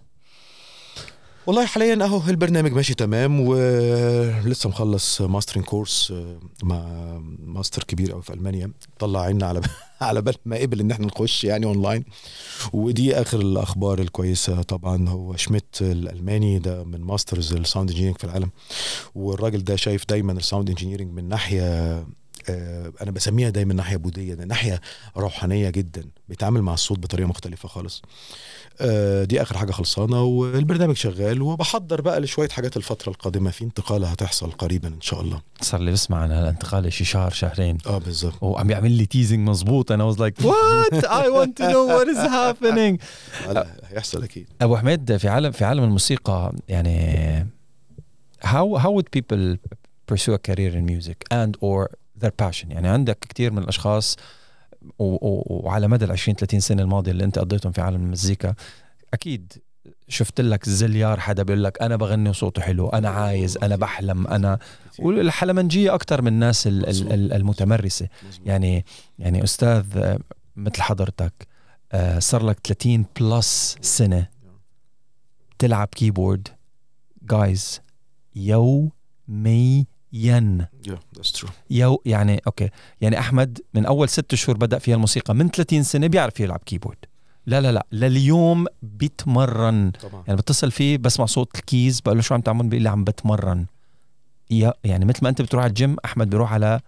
S2: والله حاليا اهو البرنامج ماشي تمام ولسه مخلص ماسترين كورس مع ماستر كبير قوي في المانيا طلع عيننا على على بال ما قبل ان احنا نخش يعني اونلاين ودي اخر الاخبار الكويسه طبعا هو شميت الالماني ده من ماسترز الساوند انجينيرنج في العالم والراجل ده شايف دايما الساوند انجينيرنج من ناحيه آه، انا بسميها دايما ناحيه بوديه ده ناحيه روحانيه جدا بيتعامل مع الصوت بطريقه مختلفه خالص آه، دي اخر حاجه خلصانه والبرنامج شغال وبحضر بقى لشويه حاجات الفتره القادمه في انتقاله هتحصل قريبا ان شاء الله
S1: صار لي بسمع عن هالانتقال شي شهر شهرين
S2: اه بالظبط
S1: وعم يعمل لي تيزنج مظبوط انا واز لايك وات اي ونت تو نو وات از هابينج
S2: آه، لا هيحصل اكيد
S1: ابو حميد في عالم في عالم الموسيقى يعني how how would people pursue a career in music and or their passion يعني عندك كثير من الاشخاص و- و- وعلى مدى ال 20 30 سنه الماضيه اللي انت قضيتهم في عالم المزيكا اكيد شفت لك زليار حدا بيقول لك انا بغني وصوته حلو انا عايز انا بحلم انا والحلمنجيه اكثر من الناس ال- ال- ال- المتمرسه
S2: مظبوط.
S1: يعني يعني استاذ آه، مثل حضرتك آه، صار لك 30 بلس سنه تلعب كيبورد جايز يوميا
S2: Yeah, that's true.
S1: يو يعني اوكي يعني احمد من اول ست شهور بدا فيها الموسيقى من 30 سنه بيعرف يلعب كيبورد لا لا لا لليوم بيتمرن
S2: طبعا
S1: يعني بتصل فيه بسمع صوت الكيز بقول له شو عم تعمل بيقول لي عم بتمرن يا- يعني مثل ما انت بتروح على الجيم احمد بيروح على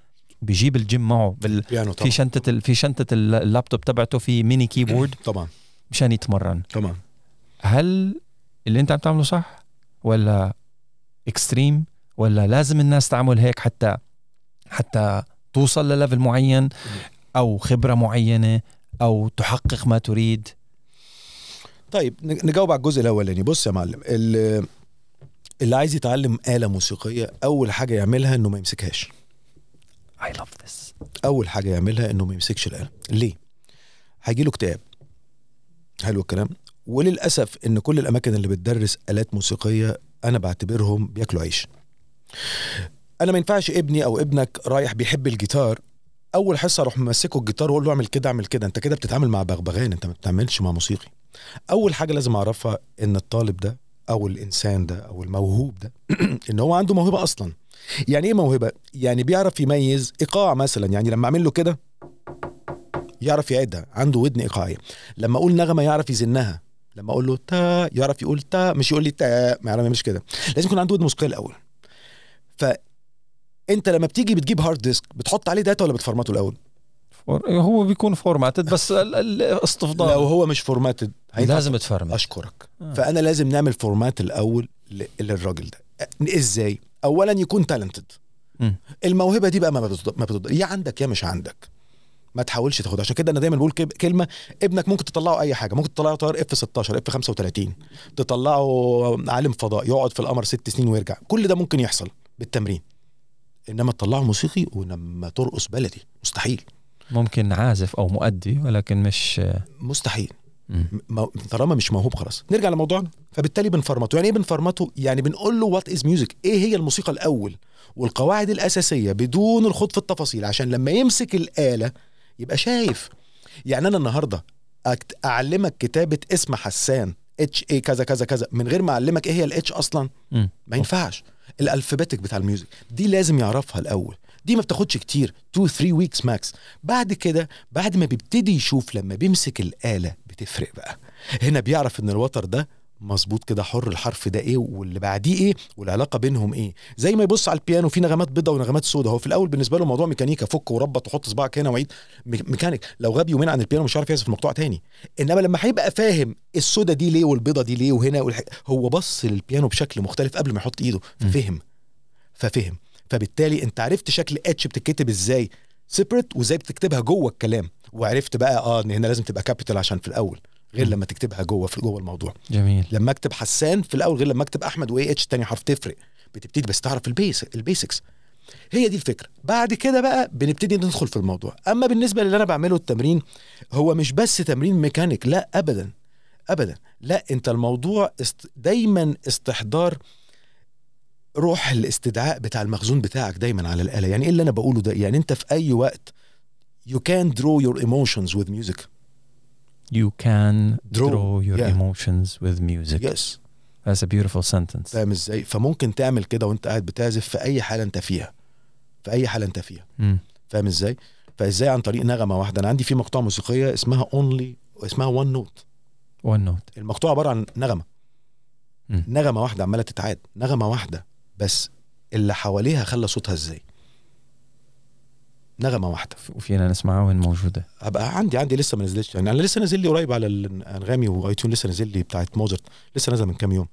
S1: بيجيب الجيم معه بال
S2: بيانو طبعا
S1: يعني في شنطه ال- في شنطه ال- اللابتوب تبعته في ميني كيبورد
S2: طبعا
S1: مشان يتمرن
S2: طبعا
S1: هل اللي انت عم تعمله صح ولا اكستريم ولا لازم الناس تعمل هيك حتى حتى توصل لليفل معين او خبره معينه او تحقق ما تريد
S2: طيب ن- نجاوب على الجزء الاولاني بص يا معلم ال- اللي عايز يتعلم آلة موسيقية أول حاجة يعملها إنه ما يمسكهاش
S1: اي لاف ذس
S2: أول حاجة يعملها إنه ما يمسكش الآلة ليه؟ هيجيله اكتئاب حلو الكلام وللأسف إن كل الأماكن اللي بتدرس آلات موسيقية أنا بعتبرهم بياكلوا عيش أنا ما ينفعش ابني أو ابنك رايح بيحب الجيتار أول حصة أروح ممسكه الجيتار وأقول له اعمل كده اعمل كده أنت كده بتتعامل مع بغبغان أنت ما بتتعاملش مع موسيقي أول حاجة لازم أعرفها إن الطالب ده او الانسان ده او الموهوب ده ان هو عنده موهبه اصلا يعني ايه موهبه يعني بيعرف يميز ايقاع مثلا يعني لما اعمل له كده يعرف يعدها عنده ودن ايقاعيه لما اقول نغمه يعرف يزنها لما اقول له تا يعرف يقول تا مش يقول لي تا ما يعرف مش كده لازم يكون عنده ودن موسيقيه الاول ف انت لما بتيجي بتجيب هارد ديسك بتحط عليه داتا ولا بتفرمته الاول
S1: هو بيكون فورماتد بس ال- ال-
S2: لو
S1: الاستفضال
S2: هو مش فورماتد هينفع
S1: لازم تفرمت
S2: اشكرك
S1: آه.
S2: فانا لازم نعمل فورمات الاول ل- للراجل ده ازاي اولا يكون تالنتد
S1: مم.
S2: الموهبه دي بقى ما بتض... ما بتض... يا عندك يا مش عندك ما تحاولش تاخدها عشان كده انا دايما بقول كب- كلمه ابنك ممكن تطلعه اي حاجه ممكن تطلعه طيار اف 16 اف 35 تطلعه عالم فضاء يقعد في القمر ست سنين ويرجع كل ده ممكن يحصل بالتمرين انما تطلعه موسيقي ولما ترقص بلدي مستحيل
S1: ممكن عازف او مؤدي ولكن مش
S2: مستحيل
S1: مم.
S2: مو... طالما مش موهوب خلاص نرجع لموضوعنا فبالتالي بنفرمته يعني ايه بنفرمته يعني بنقول له وات از ميوزك ايه هي الموسيقى الاول والقواعد الاساسيه بدون الخوض في التفاصيل عشان لما يمسك الاله يبقى شايف يعني انا النهارده أكت- اعلمك كتابه اسم حسان اتش اي كذا كذا كذا من غير ما اعلمك ايه هي الاتش اصلا
S1: مم.
S2: ما ينفعش الالفابيتك بتاع الميوزك دي لازم يعرفها الاول دي ما بتاخدش كتير 2 3 ويكس ماكس بعد كده بعد ما بيبتدي يشوف لما بيمسك الاله بتفرق بقى هنا بيعرف ان الوتر ده مظبوط كده حر الحرف ده ايه واللي بعديه ايه والعلاقه بينهم ايه زي ما يبص على البيانو في نغمات بيضه ونغمات سودا هو في الاول بالنسبه له موضوع ميكانيكا فك وربط وحط صباعك هنا وعيد مي- ميكانيك لو غاب يومين عن البيانو مش عارف يعزف مقطوع تاني انما لما هيبقى فاهم السودا دي ليه والبيضه دي ليه وهنا والح... هو بص للبيانو بشكل مختلف قبل ما يحط ايده
S1: مم.
S2: ففهم ففهم فبالتالي انت عرفت شكل اتش بتتكتب ازاي سيبريت وازاي بتكتبها جوه الكلام وعرفت بقى اه ان هنا لازم تبقى كابيتال عشان في الاول غير
S1: مم.
S2: لما تكتبها جوه في جوه الموضوع
S1: جميل
S2: لما اكتب حسان في الاول غير لما اكتب احمد واي اتش تاني حرف تفرق بتبتدي بس تعرف البيس البيسكس هي دي الفكره بعد كده بقى بنبتدي ندخل في الموضوع اما بالنسبه للي انا بعمله التمرين هو مش بس تمرين ميكانيك لا ابدا ابدا لا انت الموضوع است... دايما استحضار روح الاستدعاء بتاع المخزون بتاعك دايما على الاله يعني ايه اللي انا بقوله ده يعني انت في اي وقت you can draw your emotions with music
S1: you can
S2: Draw.
S1: draw your
S2: Yeah.
S1: emotions with music
S2: yes
S1: that's a beautiful sentence
S2: فاهم ازاي فممكن تعمل كده وانت قاعد بتعزف في اي حاله انت فيها في اي حاله انت فيها
S1: مم.
S2: فاهم ازاي فازاي عن طريق نغمه واحده انا عندي في مقطوعه موسيقيه اسمها اونلي اسمها وان نوت
S1: one note Mm.
S2: المقطوعه عباره عن نغمه
S1: مم.
S2: نغمه واحده عماله تتعاد نغمه واحده بس اللي حواليها خلى صوتها ازاي نغمه واحده
S1: وفينا نسمعها وين موجوده
S2: هبقى عندي عندي لسه ما نزلتش يعني انا لسه نازل لي قريب على الانغامي وايتون لسه نازل لي بتاعت موزارت لسه نازله من كام يوم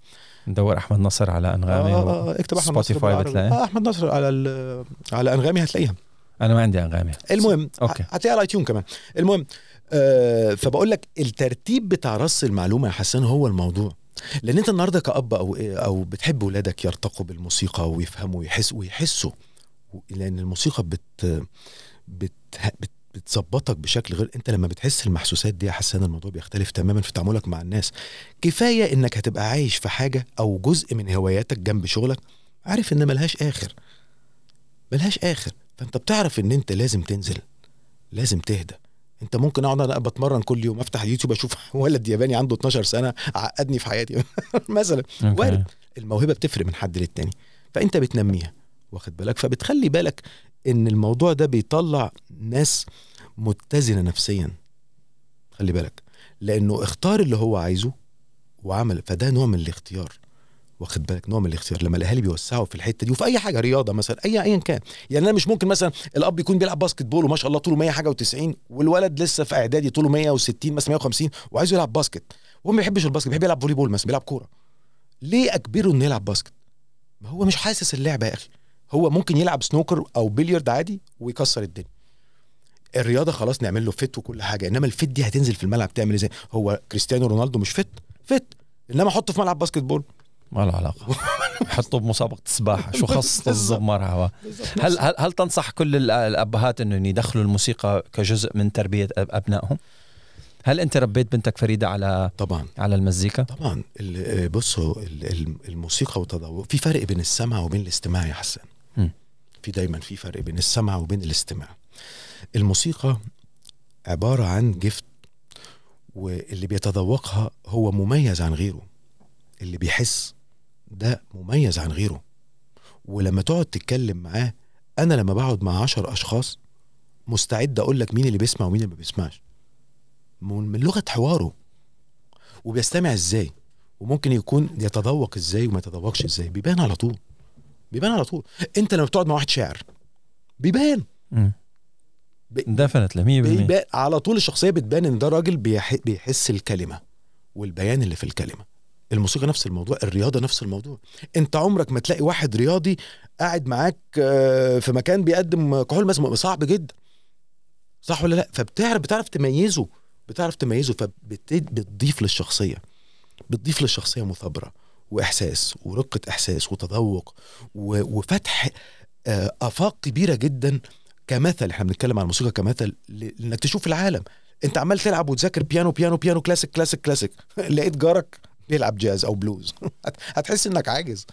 S1: ندور احمد نصر على انغامي
S2: آه،
S1: و...
S2: آه، آه، اكتب احمد نصر
S1: سبوتيفاي
S2: بالعربي.
S1: بتلاقيها؟
S2: آه، احمد نصر على ال- على انغامي هتلاقيها
S1: انا ما عندي انغامي
S2: المهم
S1: أوكي.
S2: أوكي. هتلاقيها على ايتيون كمان المهم آه فبقول لك الترتيب بتاع رص المعلومه يا حسان هو الموضوع لان انت النهارده كاب او او إيه، بتحب ولادك يرتقوا بالموسيقى ويفهموا ويحس ويحسوا لان الموسيقى بت بت بت بتظبطك بشكل غير انت لما بتحس المحسوسات دي يا حسان الموضوع بيختلف تماما في تعاملك مع الناس كفايه انك هتبقى عايش في حاجه او جزء من هواياتك جنب شغلك عارف ان ملهاش اخر ملهاش اخر فانت بتعرف ان انت لازم تنزل لازم تهدى انت ممكن اقعد انا بتمرن كل يوم افتح اليوتيوب اشوف ولد ياباني عنده 12 سنه عقدني في حياتي مثلا
S1: أوكي.
S2: وارد. الموهبه بتفرق من حد للتاني فانت بتنميها واخد بالك فبتخلي بالك ان الموضوع ده بيطلع ناس متزنه نفسيا خلي بالك لانه اختار اللي هو عايزه وعمل فده نوع من الاختيار واخد بالك نوع من الاختيار لما الاهالي بيوسعوا في الحته دي وفي اي حاجه رياضه مثلا اي ايا كان يعني انا مش ممكن مثلا الاب يكون بيلعب باسكت بول وما شاء الله طوله 100 حاجه و90 والولد لسه في اعدادي طوله 160 مثلا 150 وعايزه يلعب باسكت وهو ما بيحبش الباسكت بيحب يلعب فولي بول مثلا بيلعب كوره ليه اجبره انه يلعب باسكت ما هو مش حاسس اللعبه يا اخي هو ممكن يلعب سنوكر او بليارد عادي ويكسر الدنيا الرياضه خلاص نعمل له فت وكل حاجه انما الفت دي هتنزل في الملعب تعمل ازاي هو كريستيانو رونالدو مش فت فت انما حطه في ملعب باسكت بول
S1: ما له علاقه حطوا بمسابقه السباحه شو خصتوا الزمار هوا هل هل هل تنصح كل ال- الابهات انه يدخلوا الموسيقى كجزء من تربيه أب- ابنائهم؟ هل انت ربيت بنتك فريده على
S2: طبعا
S1: على المزيكا؟
S2: طبعا ال- آه، بصوا ال- ال- الموسيقى والتدور في فرق بين السمع وبين الاستماع يا حسن
S1: مم.
S2: في دايما في فرق بين السمع وبين الاستماع الموسيقى عبارة عن جفت واللي بيتذوقها هو مميز عن غيره اللي بيحس ده مميز عن غيره ولما تقعد تتكلم معاه انا لما بقعد مع عشر اشخاص مستعد اقول لك مين اللي بيسمع ومين اللي ما بيسمعش من من لغه حواره وبيستمع ازاي وممكن يكون يتذوق ازاي وما يتذوقش ازاي بيبان على طول بيبان على طول انت لما بتقعد مع واحد شاعر بيبان
S1: Mm. دفنتلي 100%
S2: بيبان على طول الشخصيه بتبان ان ده راجل بيح... بيحس الكلمه والبيان اللي في الكلمه الموسيقى نفس الموضوع الرياضه نفس الموضوع انت عمرك ما تلاقي واحد رياضي قاعد معاك آه، في مكان بيقدم كحول مسموم صعب جدا صح ولا لا فبتعرف بتعرف تميزه بتعرف تميزه فبتضيف للشخصيه بتضيف للشخصيه مثابره واحساس ورقه احساس وتذوق و- وفتح آه، افاق كبيره جدا كمثل احنا بنتكلم عن الموسيقى كمثل ل- انك تشوف العالم انت عمال تلعب وتذاكر بيانو بيانو بيانو كلاسيك كلاسيك كلاسيك لقيت جارك بيلعب جاز او بلوز هت- هتحس انك عاجز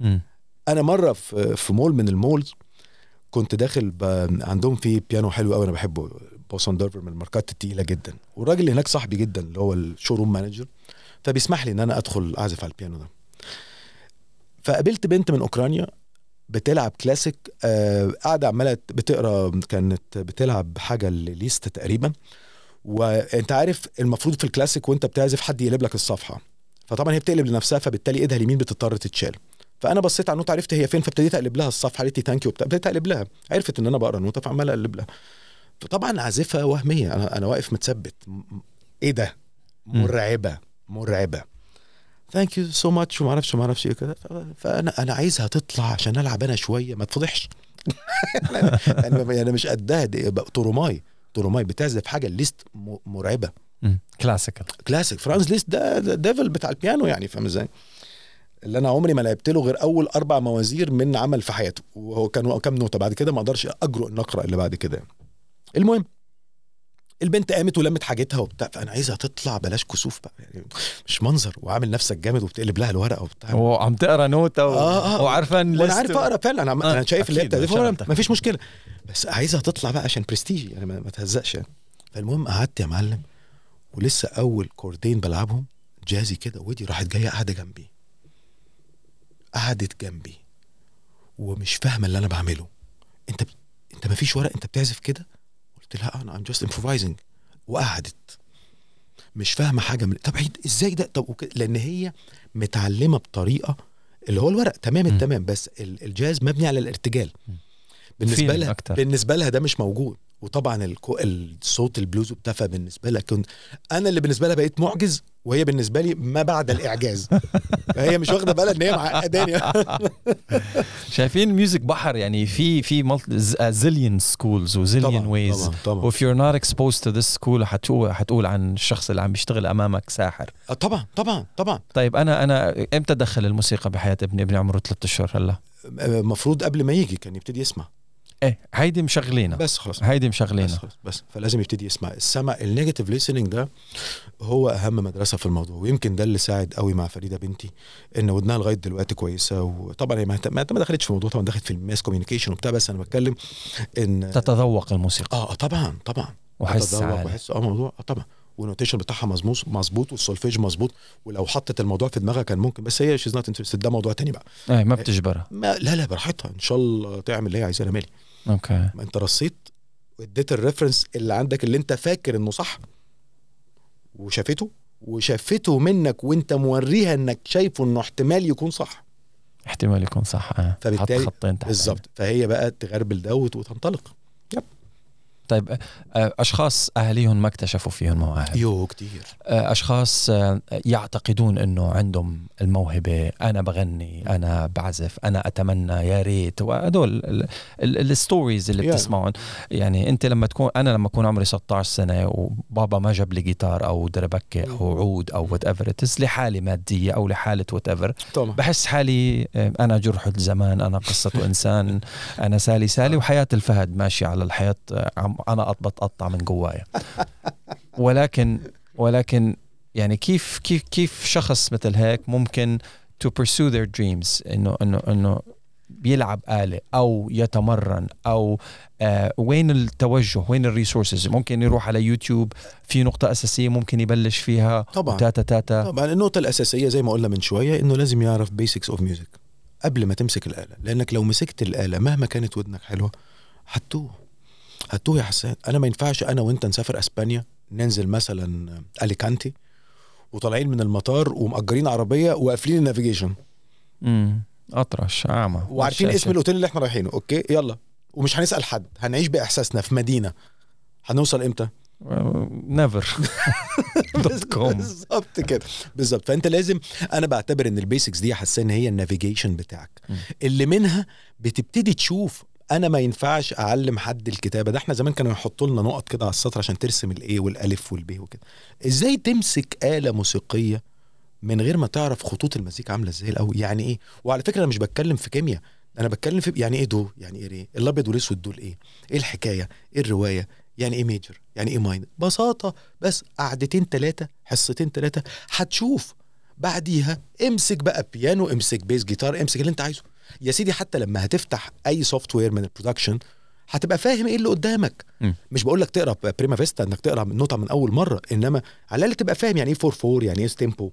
S1: مم.
S2: انا مره في في مول من المولز كنت داخل ب... عندهم في بيانو حلو قوي انا بحبه بوسون دورفر من الماركات التقيله جدا والراجل اللي هناك صاحبي جدا اللي هو الشوروم مانجر فبيسمح لي ان انا ادخل اعزف على البيانو ده فقابلت بنت من اوكرانيا بتلعب كلاسيك آه، قاعده عماله بتقرا كانت بتلعب حاجه لليست تقريبا وانت عارف المفروض في الكلاسيك وانت بتعزف حد يقلب لك الصفحه فطبعا هي بتقلب لنفسها فبالتالي ايدها اليمين بتضطر تتشال فانا بصيت على النوت عرفت هي فين فابتديت اقلب لها الصفحه قالت لي ثانك يو وبتاع ابتديت اقلب لها عرفت ان انا بقرا النوتة فعمال اقلب لها فطبعا عازفه وهميه انا انا واقف متثبت م- م- ايه ده
S1: مم.
S2: مرعبه مرعبه ثانك يو سو ماتش وما اعرفش وما اعرفش ايه كده ف- فانا انا عايزها تطلع عشان العب انا شويه ما تفضحش انا أنا- أنا مش قدها دي بقى طرماي طرماي بتعزف حاجه الليست م- مرعبه
S1: مم. كلاسيكال
S2: كلاسيك فرانز ليست ده ده ديفل بتاع البيانو يعني فاهم ازاي اللي انا عمري ما لعبت له غير اول اربع موازير من عمل في حياته وهو كان كام نوته بعد كده ما اقدرش اجرؤ ان اقرا اللي بعد كده المهم البنت قامت ولمت حاجتها وبتاع فانا عايزها تطلع بلاش كسوف بقى يعني مش منظر وعامل نفسك جامد وبتقلب لها الورقه وبتاع
S1: وعم تقرا نوتة و...
S2: آه، آه.
S1: وعارفان
S2: وانا
S1: list
S2: عارف اقرا فعلا انا,
S1: آه،
S2: آه انا شايف اللي هي
S1: أكيد،
S2: بتعزفها
S1: شغلتك.
S2: ما فيش مشكله بس عايزها تطلع بقى عشان برستيجي يعني ما ما تهزقش يعني. فالمهم قعدت يا معلم ولسه اول كوردين بلعبهم جازي كده ودي راحت جايه قاعده جنبي قعدت جنبي ومش فاهمه اللي انا بعمله انت بت... انت ما فيش ورق انت بتعزف كده قلت لها "آه، انا ام جاست امبروفايزنج وقعدت مش فاهمه حاجه من طب عيد ازاي ده طب وكده لان هي متعلمه بطريقه اللي هو الورق تمام
S1: م.
S2: التمام بس ال- الجاز مبني على الارتجال
S1: م.
S2: بالنسبه
S1: feeling
S2: لها
S1: أكتر.
S2: بالنسبه لها ده مش موجود وطبعا الكو... الصوت البلوز وبتاع فبالنسبه لها كنت انا اللي بالنسبه لها بقيت معجز وهي بالنسبه لي ما بعد الاعجاز هي مش واخده بالها ان هي معقداني
S1: شايفين الميوزك بحر يعني في uh, في زillion سكولز وزillion ويز
S2: طبعا
S1: وإف you're not exposed to this school حتقول حتقول عن الشخص اللي عم يشتغل امامك ساحر
S2: آه، طبعا طبعا طبعا
S1: طيب انا انا امتى ادخل الموسيقى بحياه ابني ابني عمره ثلاثة اشهر هلا
S2: المفروض قبل ما يجي كان يبتدي يسمع
S1: ايه هيدي مشغلينا
S2: بس خلاص
S1: هيدي
S2: بس
S1: مشغلينا
S2: خلاص بس فلازم يبتدي يسمع السمع النيجاتيف ليسننج ده هو اهم مدرسه في الموضوع ويمكن ده اللي ساعد قوي مع فريده بنتي ان ودنها لغايه دلوقتي كويسه وطبعا هي ما هت- ما ما دخلتش في الموضوع طبعا دخلت في الماس كوميونيكيشن وبتاع بس انا بتكلم ان
S1: تتذوق الموسيقى
S2: اه آه، طبعا طبعا
S1: وحس
S2: تتذوق
S1: عالي.
S2: وحس اه موضوع اه طبعا والنوتيشن بتاعها مظبوط مظبوط والسولفيج مظبوط ولو حطت الموضوع في دماغها كان ممكن بس هي شيز نوت انترستد ده موضوع تاني بقى
S1: ايه ما بتجبرها
S2: ما لا لا براحتها ان شاء الله تعمل اللي هي عايزاه انا مالي
S1: اوكي
S2: ما انت رصيت واديت الريفرنس اللي عندك اللي انت فاكر انه صح وشافته وشافته منك وانت موريها انك شايفه انه احتمال يكون صح
S1: احتمال يكون صح اه حط
S2: فبالتالي
S1: خطين تحت
S2: بالظبط فهي بقى تغربل ده وت- وتنطلق
S1: طيب آه، اشخاص اهاليهم ما اكتشفوا فيهم مواهب
S2: يو كتير
S1: آه، اشخاص آه، يعتقدون انه عندهم الموهبه انا بغني انا بعزف انا اتمنى يا ريت وهدول ال- ال- الستوريز اللي
S2: Yeah.
S1: بتسمعهم يعني انت لما تكون انا لما اكون عمري 16 سنه وبابا ما جاب لي جيتار او دربكه او عود او وات ايفر لحالي ماديه او لحاله وات ايفر
S2: طبعا
S1: بحس حالي آه، انا جرح الزمان انا قصته انسان انا سالي سالي وحياه الفهد ماشيه على الحيط آه، عم- انا أط- بتقطع من جوايا ولكن ولكن يعني كيف كيف كيف شخص مثل هيك ممكن to pursue their dreams انه انه انه بيلعب آلة أو يتمرن أو آه وين التوجه وين الريسورسز ممكن يروح على يوتيوب في نقطة أساسية ممكن يبلش فيها
S2: طبعا
S1: تاتا تاتا
S2: طبعا النقطة الأساسية زي ما قلنا من شوية إنه لازم يعرف بيسكس أوف ميوزك قبل ما تمسك الآلة لأنك لو مسكت الآلة مهما كانت ودنك حلوة هتوه هتوه يا حسان أنا ما ينفعش أنا وأنت نسافر أسبانيا ننزل مثلا أليكانتي وطالعين من المطار ومأجرين عربية وقافلين النافيجيشن
S1: مم. أطرش أعمى
S2: وعارفين
S1: شاشة.
S2: اسم الأوتيل اللي إحنا رايحينه أوكي يلا ومش هنسأل حد هنعيش بإحساسنا في مدينة هنوصل امتى؟
S1: نيفر دوت كوم
S2: بالظبط كده بالظبط فانت لازم انا بعتبر ان البيسكس دي حسان هي النافيجيشن بتاعك
S1: م.
S2: اللي منها بتبتدي تشوف انا ما ينفعش اعلم حد الكتابه ده احنا زمان كانوا يحطوا لنا نقط كده على السطر عشان ترسم الايه والالف والب وكده ازاي تمسك آلة موسيقية من غير ما تعرف خطوط المزيكا عامله ازاي الاول يعني ايه وعلى فكره انا مش بتكلم في كيمياء انا بتكلم في يعني ايه دول يعني ايه ري الابيض والاسود دول ايه ايه الحكايه ايه الروايه يعني ايه ميجر يعني ايه ماينر بساطه بس قعدتين ثلاثه حصتين ثلاثه هتشوف بعديها امسك بقى بيانو امسك بيس جيتار امسك اللي انت عايزه يا سيدي حتى لما هتفتح اي سوفت وير من البرودكشن هتبقى فاهم ايه اللي قدامك
S1: م.
S2: مش بقول لك تقرا بريما فيستا انك تقرا النوتة من اول مره انما على الاقل تبقى فاهم يعني ايه 4 4 يعني ايه ستيمبو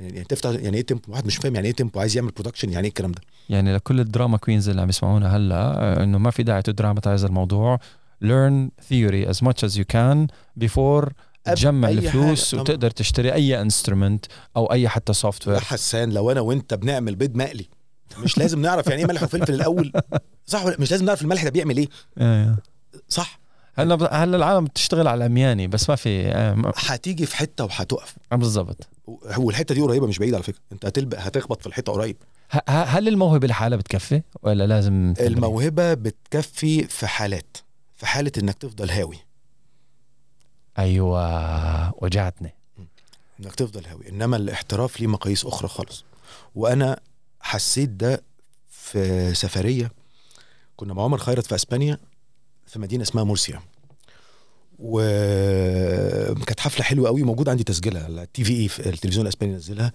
S2: يعني تفتح يعني ايه تيمبو واحد مش فاهم يعني ايه تيمبو عايز يعمل برودكشن يعني ايه الكلام ده
S1: يعني لكل الدراما كوينز اللي عم يسمعونا هلا آه، انه ما في داعي تدراماتايز الموضوع learn theory as much as you can before
S2: قبل
S1: تجمع
S2: أي
S1: الفلوس
S2: حاجة. طبعاً.
S1: وتقدر تشتري اي انسترومنت او اي حتى سوفت
S2: يا
S1: وير
S2: حسان لو انا وانت بنعمل بيض مقلي مش لازم نعرف يعني ايه ملح وفلفل الاول صح ولا مش لازم نعرف الملح ده بيعمل ايه صح
S1: هلا هلا العالم بتشتغل على العمياني بس ما في آه، ما-
S2: هتيجي في حته وهتقف
S1: آه، بالضبط
S2: والحته دي قريبه مش بعيده على فكره انت هتلبق هتخبط في الحيطه قريب
S1: ه- ه- هل الموهبه لحالها بتكفي ولا لازم تمرين؟
S2: الموهبه بتكفي في حالات في حاله انك تفضل هاوي
S1: ايوه وجعتني
S2: انك تفضل هاوي انما الاحتراف ليه مقاييس اخرى خالص وانا حسيت ده في سفريه كنا مع عمر خيرت في اسبانيا في مدينه اسمها مورسيا وكانت حفله حلوه قوي موجود عندي تسجيلها على التي في اي في التلفزيون الاسباني نزلها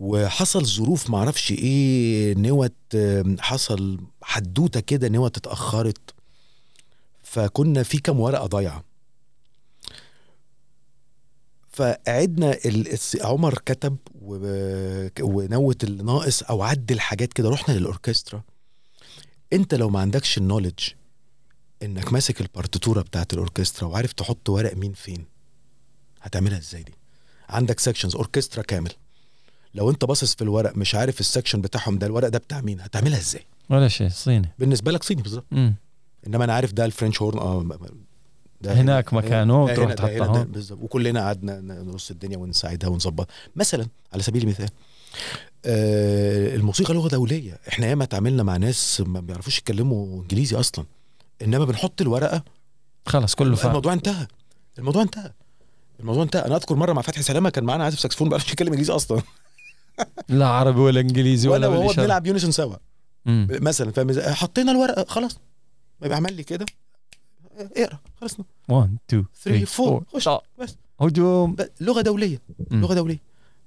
S2: وحصل ظروف معرفش ايه نوت آم، حصل حدوته كده نوت اتاخرت فكنا في كام ورقه ضايعه فقعدنا ال- الس- عمر كتب و- ونوت الناقص او عدل حاجات كده رحنا للاوركسترا انت لو ما عندكش النولج انك ماسك البارتيتوره بتاعت الاوركسترا وعارف تحط ورق مين فين هتعملها ازاي دي عندك سكشنز اوركسترا كامل لو انت باصص في الورق مش عارف السكشن بتاعهم ده الورق ده بتاع مين هتعملها ازاي
S1: ولا شيء صيني
S2: بالنسبه لك صيني بالظبط
S1: مم.
S2: انما انا عارف ده الفرنش هورن اه م- م- ده
S1: هناك مكانه
S2: ده
S1: وتروح
S2: إيه. هنا- ده هنا-
S1: تحطها
S2: ده
S1: هون
S2: بالظبط وكلنا قعدنا نرص الدنيا ونساعدها ونظبط مثلا على سبيل المثال آه الموسيقى لغه دوليه احنا ياما اتعاملنا مع ناس ما بيعرفوش يتكلموا انجليزي اصلا انما بنحط الورقه
S1: خلص كله فاهم
S2: الموضوع انتهى الموضوع انتهى الموضوع انتهى انا اذكر مره مع فتحي سلامه كان معانا عازف ساكسفون ما بيعرفش يتكلم انجليزي اصلا
S1: لا عربي ولا انجليزي
S2: وانا
S1: ولا
S2: وهو
S1: بالإشارة.
S2: بنلعب يونيسون سوا
S1: مم.
S2: مثلا فاهم إزاي؟ حطينا الورقه خلاص يبقى عمل لي كده اقرا خلصنا
S1: 1 2
S2: 3
S1: 3
S2: 4
S1: 4
S2: خش
S1: لا.
S2: بس
S1: هجوم
S2: ب- لغه دوليه
S1: مم.
S2: لغه دوليه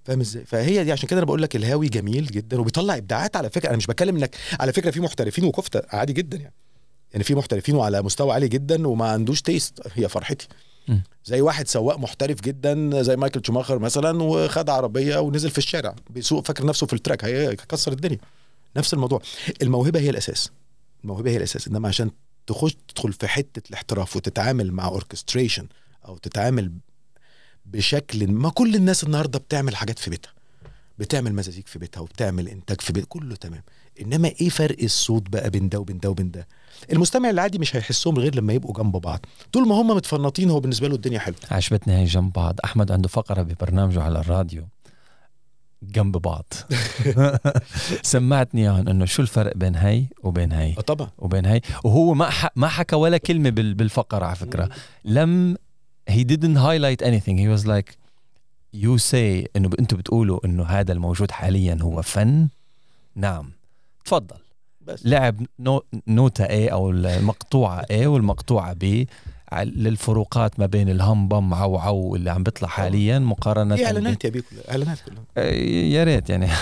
S2: فاهم ازاي فهي دي عشان كده انا بقول لك الهاوي جميل جدا وبيطلع ابداعات على فكره انا مش بتكلم انك على فكره في محترفين وكفته عادي جدا يعني يعني في محترفين وعلى مستوى عالي جدا وما عندوش تيست هي فرحتي
S1: مم.
S2: زي واحد سواق محترف جدا زي مايكل شوماخر مثلا وخد عربيه ونزل في الشارع بيسوق فاكر نفسه في التراك هيكسر الدنيا نفس الموضوع الموهبه هي الاساس الموهبه هي الاساس انما عشان تخش تدخل في حته الاحتراف وتتعامل مع اوركستريشن او تتعامل بشكل ما كل الناس النهارده بتعمل حاجات في بيتها بتعمل مزازيك في بيتها وبتعمل انتاج في بيت كله تمام انما ايه فرق الصوت بقى بين ده وبين ده وبين ده المستمع العادي مش هيحسهم غير لما يبقوا جنب بعض طول ما هم متفنطين هو بالنسبه له الدنيا حلوه
S1: عجبتني هي جنب بعض احمد عنده فقره ببرنامجه على الراديو جنب بعض سمعتني اياهم انه شو الفرق بين هي وبين هي
S2: اه طبعا
S1: وبين هي وهو ما ح... ما حكى ولا كلمه بال... بالفقره على فكره لم he didn't highlight anything he was like you say انه ب- انتم بتقولوا انه هذا الموجود حاليا هو فن نعم تفضل
S2: بس
S1: لعب نو... نوتة A او المقطوعة A والمقطوعة B على- للفروقات ما بين الهم بم عو عو اللي عم بيطلع حاليا مقارنة
S2: دي
S1: ب-
S2: اعلانات يا بيه كلها اعلانات كلها
S1: آه، يا ريت يعني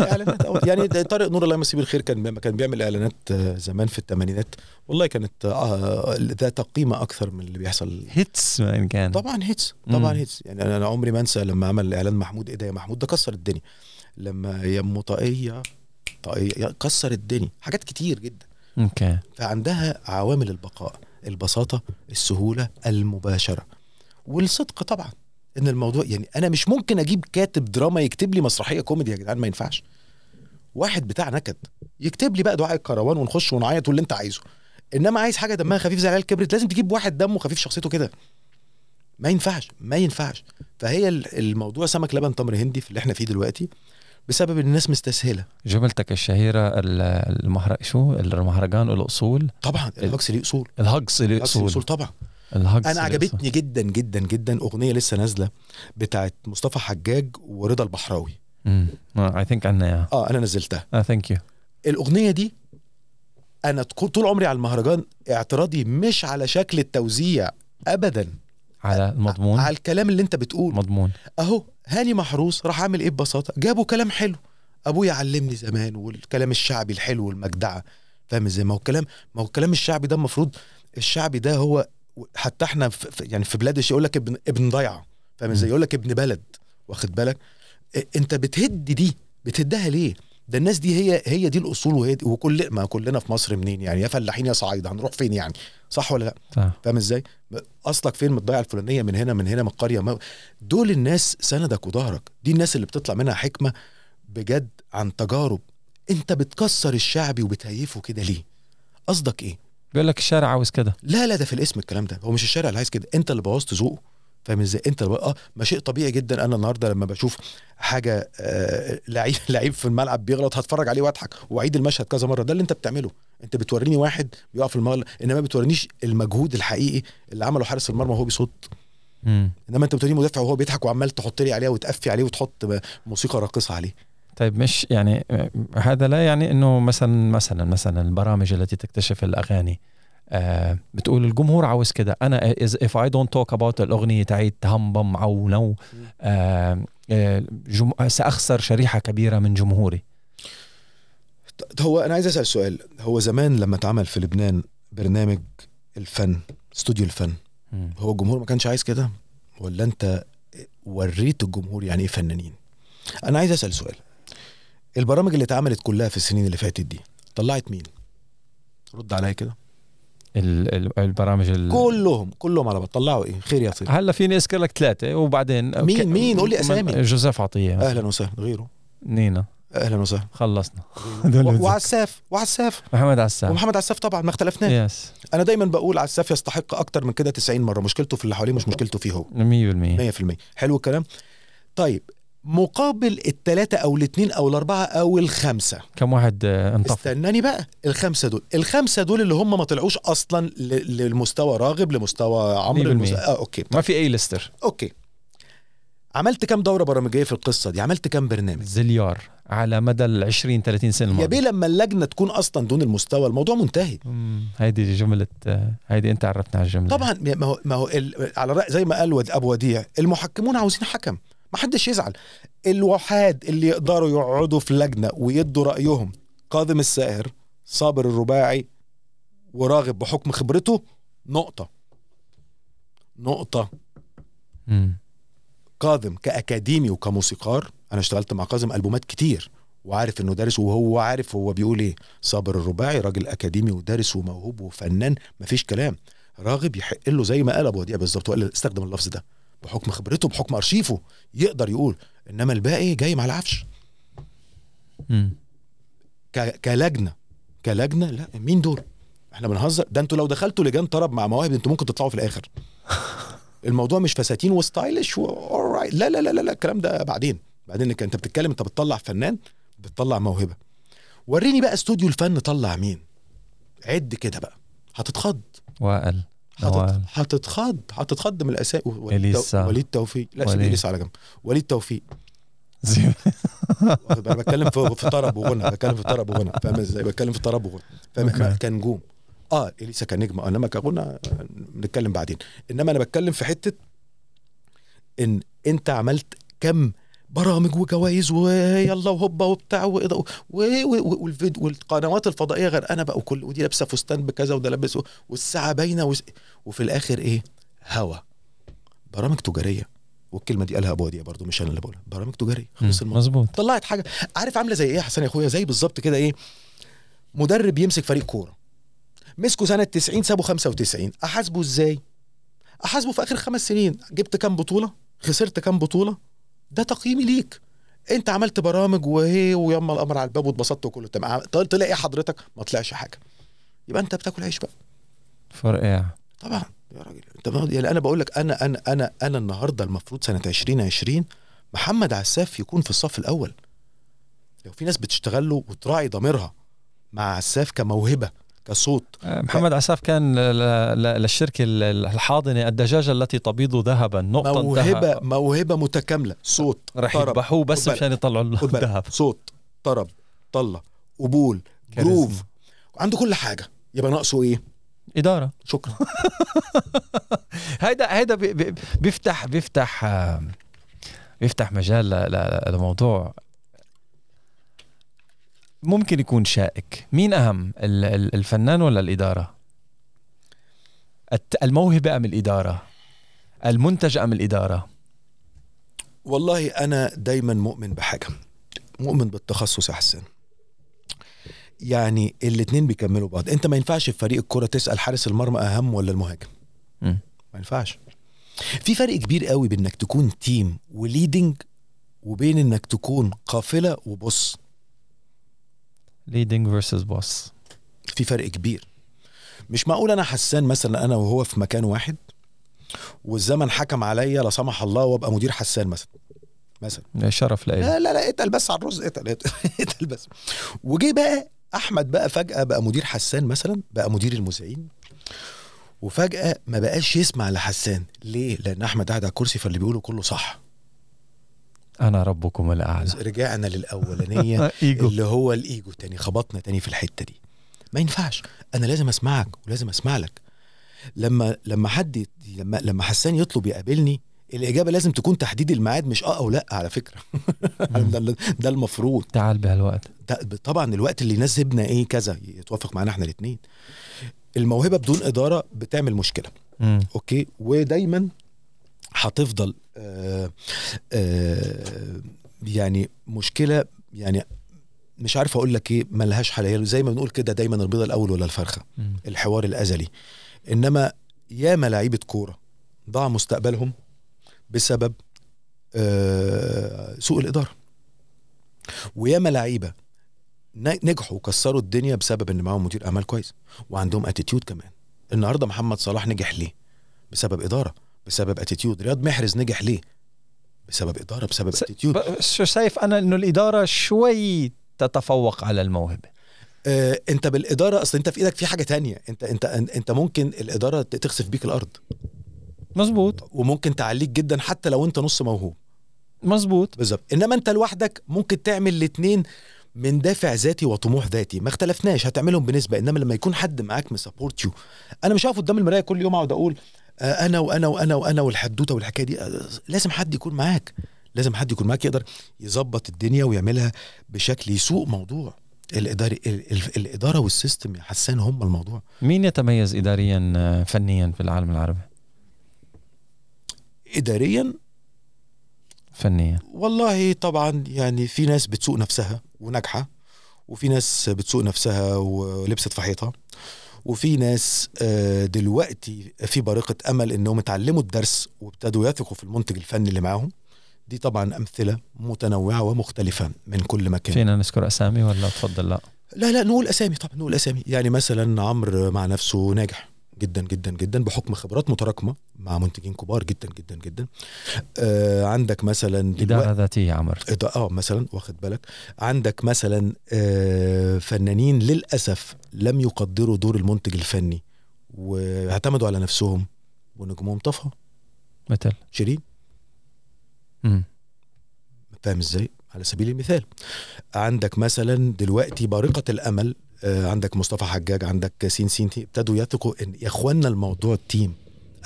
S2: اعلانات أول. يعني ده طارق نور الله يمسيه بالخير كان كان بيعمل اعلانات آه، زمان في الثمانينات والله كانت آه، ذات قيمه اكثر من اللي بيحصل
S1: هيتس ما ان كان
S2: طبعا هيتس
S1: مم.
S2: طبعا هيتس يعني انا أنا عمري ما انسى لما عمل اعلان محمود ايه ده يا محمود ده كسر الدنيا لما يمو طاقيه طاقيه كسر الدنيا حاجات كتير جدا
S1: اوكي
S2: فعندها عوامل البقاء البساطه السهوله المباشره والصدق طبعا ان الموضوع يعني انا مش ممكن اجيب كاتب دراما يكتب لي مسرحيه كوميدي يا جدعان ما ينفعش واحد بتاع نكد يكتب لي بقى دعاء الكروان ونخش ونعيط واللي انت عايزه انما عايز حاجه دمها خفيف زي العيال كبرت لازم تجيب واحد دمه خفيف شخصيته كده ما ينفعش ما ينفعش فهي ال- الموضوع سمك لبن تمر هندي في اللي احنا فيه دلوقتي بسبب ان الناس مستسهله
S1: جملتك الشهيرة ال- المهرج شو المهرجان الاصول
S2: طبعا الهجس ليه اصول
S1: الهجص
S2: الهجس ليه اصول
S1: الاصول
S2: طبعا
S1: الهجص
S2: انا عجبتني جدا جدا جدا اغنيه لسه نازله بتاعت مصطفى حجاج ورضا البحراوي
S1: اي ثينك عنا اياها
S2: اه انا نزلتها
S1: اه ثانك يو
S2: الاغنيه دي انا تق- طول عمري على المهرجان اعتراضي مش على شكل التوزيع ابدا
S1: على المضمون
S2: آه، على الكلام اللي انت بتقوله
S1: مضمون
S2: اهو هاني محروس راح اعمل ايه ببساطه جابوا كلام حلو ابويا علمني زمان والكلام الشعبي الحلو والمجدعه فاهم ازاي ما هو الكلام ما هو الكلام الشعبي ده المفروض الشعبي ده هو حتى احنا في في- يعني في بلاد يقول لك ابن ابن ضيعه فاهم ازاي
S1: مم.
S2: يقول لك ابن بلد واخد بالك إيه، انت بتهد دي بتهدها ليه ده الناس دي هي هي دي الاصول وهي دي وكل ما كلنا في مصر منين يعني يا فلاحين يا صعايده هنروح فين يعني صح ولا لا
S1: صح
S2: فاهم ازاي؟ اصلك فين من الضيعه الفلانيه من هنا من هنا من القريه ما... دول الناس سندك وظهرك دي الناس اللي بتطلع منها حكمه بجد عن تجارب انت بتكسر الشعبي وبتهيفه كده ليه؟ قصدك ايه؟
S1: بيقول لك الشارع عاوز كده
S2: لا لا ده في الاسم الكلام ده هو مش الشارع اللي عايز كده انت اللي بوظت ذوقه فاهم ازاي انت اللي بق- اه ما شيء طبيعي جدا انا النهارده لما بشوف حاجه آه لعيب لعيب في الملعب بيغلط هتفرج عليه واضحك واعيد المشهد كذا مره ده اللي انت بتعمله انت بتوريني واحد بيقع في المغل انما بتورينيش المجهود الحقيقي اللي عمله حارس المرمى وهو بيصد
S1: مم.
S2: انما انت بتوريني مدافع وهو بيضحك وعمال تحط لي عليها وتقفي عليه وتحط ب- موسيقى راقصه عليه
S1: طيب مش يعني آه، هذا لا يعني انه مثلا مثلا مثلا البرامج التي تكتشف الاغاني آه بتقول الجمهور عاوز كده انا إز- if I don't talk about الاغنيه تاعت هم بم عو نو آه آه، جم... آه، ساخسر شريحه كبيره من جمهوري
S2: ط- هو انا عايز اسال سؤال هو زمان لما اتعمل في لبنان برنامج الفن استوديو الفن
S1: مم.
S2: هو الجمهور ما كانش عايز كده ولا انت وريت الجمهور يعني ايه فنانين انا عايز اسال سؤال البرامج اللي اتعملت كلها في السنين اللي فاتت دي طلعت مين رد عليا كده
S1: ال... ال- البرامج ال...
S2: كلهم كلهم على بعض طلعوا ايه خير يا طيب
S1: هلا فيني اذكر لك ثلاثه وبعدين أوكي.
S2: مين؟ قول لي أسامي. آه.
S1: جوزيف عطيه مثلاً.
S2: اهلا وسهلا غيره
S1: نينا
S2: اهلا وسهلا
S1: خلصنا دول
S2: و-
S1: بتذكر.
S2: وعساف وعساف
S1: محمد عسام
S2: ومحمد عساف طبعا ما اختلفناش
S1: يس 100%
S2: انا دايما بقول عساف يستحق اكتر من كده 90 مره مشكلته في اللي حواليه مش مشكلته فيه
S1: نعم.
S2: هو 100% حلو الكلام طيب مقابل الثلاثه او الاثنين او الاربعه او الخمسه
S1: كم واحد آه، انطفى
S2: استناني بقى الخمسه دول الخمسه دول اللي هم ما طلعوش اصلا ل- للمستوى راغب لمستوى عمرو
S1: 100%.
S2: المس... آه اوكي
S1: ما في اي ليستر
S2: اوكي عملت كام دوره برامجيه في القصه دي عملت كام برنامج
S1: زليار على مدى ال 20 30 سنه
S2: يا بيه
S1: الماضيه
S2: لما اللجنه تكون اصلا دون المستوى الموضوع منتهي
S1: مم، هيدي جمله آه، هيدي انت عرفتنا على الجمله
S2: طبعا ما هو ما هو ال... على رأي زي ما قال ود- ابو وديع المحكمون عاوزين حكم ما حدش يزعل الوحاد اللي يقدروا يقعدوا في لجنه ويدوا رايهم كاظم الساهر صابر الرباعي وراغب بحكم خبرته نقطه نقطه
S1: مم.
S2: كاظم كاكاديمي وكموسيقار انا اشتغلت مع كاظم البومات كتير وعارف انه دارس وهو عارف هو بيقول ايه صابر الرباعي راجل اكاديمي ودارس وموهوب وفنان مفيش كلام راغب يحق له زي ما قال ابو وديع بالظبط وقال استخدم اللفظ ده بحكم خبرته بحكم ارشيفه يقدر يقول انما الباقي جاي مع العفش
S1: مم.
S2: ك- كلجنه كلجنه لا مين دول احنا بنهزر ده انتوا لو دخلتوا لجان طرب مع مواهب انتوا ممكن تطلعوا في الاخر الموضوع مش فساتين وستايلش و... right. لا لا لا لا لا الكلام ده بعدين بعدين انك انت بتتكلم انت بتطلع فنان بتطلع موهبه وريني بقى استوديو الفن طلع مين عد كده بقى هتتخض
S1: وائل
S2: هتت-
S1: نوال
S2: هتتخض هتتخض من الاسامي وليد,
S1: إليسا.
S2: تو... وليد توفيق لا سيب
S1: وليد.
S2: اليسا على جنب وليد توفيق
S1: زين.
S2: انا بتكلم في في طرب وغنى بتكلم في طرب وغنى فاهم ازاي بتكلم في طرب وغنى فاهم
S1: أوكي.
S2: احنا كنجوم اه اليسا كنجم آه، انما كغنى نتكلم بعدين انما انا بتكلم في حته ان انت عملت كم برامج وجوائز ويلا وهوبا وبتاع وإضاءة و- و- و- والفيديو والقنوات الفضائيه غرقانه بقى وكل ودي لابسه فستان بكذا وده لابس والساعه باينه وس- وفي الاخر ايه هوا برامج تجاريه والكلمه دي قالها ابو وديع برضو مش انا اللي بقولها برامج تجاريه خلص الموضوع
S1: مظبوط
S2: طلعت حاجه عارف عامله زي ايه يا حسن يا اخويا زي بالظبط كده ايه مدرب يمسك فريق كوره مسكوا سنه 90 سابوا 95 احاسبه ازاي احاسبه في اخر خمس سنين جبت كام بطوله خسرت كام بطوله ده تقييمي ليك انت عملت برامج وهي ويما الامر على الباب واتبسطت وكله تمام طل- طلع ايه حضرتك ما طلعش حاجه يبقى انت بتاكل عيش بقى
S1: فرقع
S2: طبعا يا راجل انت ما- يعني انا بقول لك انا انا انا انا النهارده المفروض سنه 2020 محمد عساف يكون في الصف الاول لو في ناس بتشتغل له وتراعي ضميرها مع عساف كموهبه كصوت
S1: آه، محمد عساف كان ل- ل- ل- للشركة ال- الحاضنة الدجاجة التي تبيض ذهبا نقطة
S2: موهبه
S1: ذهب.
S2: موهبه متكامله صوت
S1: رح
S2: طرب،
S1: يذبحوه بس
S2: خد بالك،
S1: مشان يطلعوا له
S2: خد بالك،
S1: الذهب
S2: صوت طرب طله قبول
S1: كاريزما.
S2: جروف عنده كل حاجه يبقى ناقصه ايه
S1: إدارة
S2: شكرا
S1: هيدا هيدا بي- بي- بيفتح بيفتح آه، بيفتح مجال ل- ل- لموضوع ممكن يكون شائك مين أهم ال- ال- الفنان ولا الإدارة الت- الموهبة أم الإدارة المنتج أم الإدارة
S2: والله انا دايما مؤمن بحاجه مؤمن بالتخصص احسن يعني الاتنين بيكملوا بعض انت ما ينفعش في فريق الكرة تسال حارس المرمى اهم ولا المهاجم
S1: مم.
S2: ما ينفعش في فرق كبير قوي بين انك تكون تيم وليدنج وبين انك تكون قافله وبص
S1: leading versus boss
S2: في فرق كبير مش معقول انا حسان مثلا انا وهو في مكان واحد والزمن حكم عليا لا سمح الله وابقى مدير حسان مثلا مثلا
S1: شرف لإلي
S2: لا لا لا اتقل بس على الرز اتقل اتقل اتقل بس وجي بقى احمد بقى فجاه بقى مدير حسان مثلا بقى مدير المذيعين وفجاه ما بقاش يسمع لحسان ليه لان احمد قاعد على الكرسي فاللي بيقوله كله صح
S1: أنا ربكم الأعلى
S2: رجعنا للاولانيه
S1: آه، إيجو
S2: اللي هو الايجو تاني خبطنا تاني في الحته دي ما ينفعش انا لازم اسمعك ولازم اسمع لك لما لما حد يت- لما لما حسان يطلب يقابلني الاجابه لازم تكون تحديد الميعاد مش اه او لا على فكره ده ده المفروض
S1: تعال بهالوقت
S2: ده- طبعا الوقت اللي يناسبنا ايه كذا يتوافق معانا احنا الاثنين الموهبه بدون اداره بتعمل مشكله
S1: مم.
S2: اوكي ودايما هتفضل آه آه يعني مشكله يعني مش عارف اقول لك ايه ملهاش حل زي ما بنقول كده دايما البيضه الاول ولا الفرخه
S1: مم.
S2: الحوار الازلي انما ياما لعيبه كوره ضاع مستقبلهم بسبب آه، سوء الاداره وياما لعيبه ن- نجحوا وكسروا الدنيا بسبب ان معاهم مدير اعمال كويس وعندهم اتيتيود كمان النهارده محمد صلاح نجح ليه بسبب اداره بسبب اتيتيود رياض محرز نجح ليه بسبب اداره بسبب
S1: س-
S2: اتيتيود
S1: ب- شو شايف انا انه الاداره شوي تتفوق على الموهبه
S2: آه، انت بالاداره اصل انت في ايدك في حاجه تانية انت انت انت ممكن الاداره ت- تخسف بيك الارض
S1: مزبوط
S2: وممكن تعليك جدا حتى لو انت نص موهوب
S1: مزبوط
S2: بالظبط انما انت لوحدك ممكن تعمل الاتنين من دافع ذاتي وطموح ذاتي ما اختلفناش هتعملهم بنسبه انما لما يكون حد معاك مسابورت يو انا مش هقف قدام المرايه كل يوم اقعد اقول آه، انا وانا وانا وانا والحدوته والحكايه دي آه، لازم حد يكون معاك لازم حد يكون معاك يقدر يظبط الدنيا ويعملها بشكل يسوق موضوع الاداره ال- ال- الاداره والسيستم يا حسان هم الموضوع
S1: مين يتميز اداريا آه، فنيا في العالم العربي
S2: اداريا
S1: فنيا
S2: والله طبعا يعني في ناس بتسوق نفسها وناجحه وفي ناس بتسوق نفسها ولبست في حيطها وفي ناس آه، دلوقتي في بارقه امل انهم اتعلموا الدرس وابتدوا يثقوا في المنتج الفني اللي معاهم دي طبعا امثله متنوعه ومختلفه من كل مكان
S1: فينا نذكر اسامي ولا تفضل لا
S2: لا لا نقول اسامي طبعا نقول اسامي يعني مثلا عمرو مع نفسه ناجح جدا جدا جدا بحكم خبرات متراكمه مع منتجين كبار جدا جدا جدا آه عندك مثلا
S1: اداره ذاتيه يا عمر
S2: إضاءة- اه مثلا واخد بالك عندك مثلا آه، فنانين للاسف لم يقدروا دور المنتج الفني واعتمدوا على نفسهم ونجومهم طفى
S1: مثل
S2: شيرين
S1: مم.
S2: فاهم ازاي على سبيل المثال عندك مثلا دلوقتي بارقه الامل آه، عندك مصطفى حجاج عندك سين سين تي- ابتدوا يثقوا ان يا اخوانا الموضوع تيم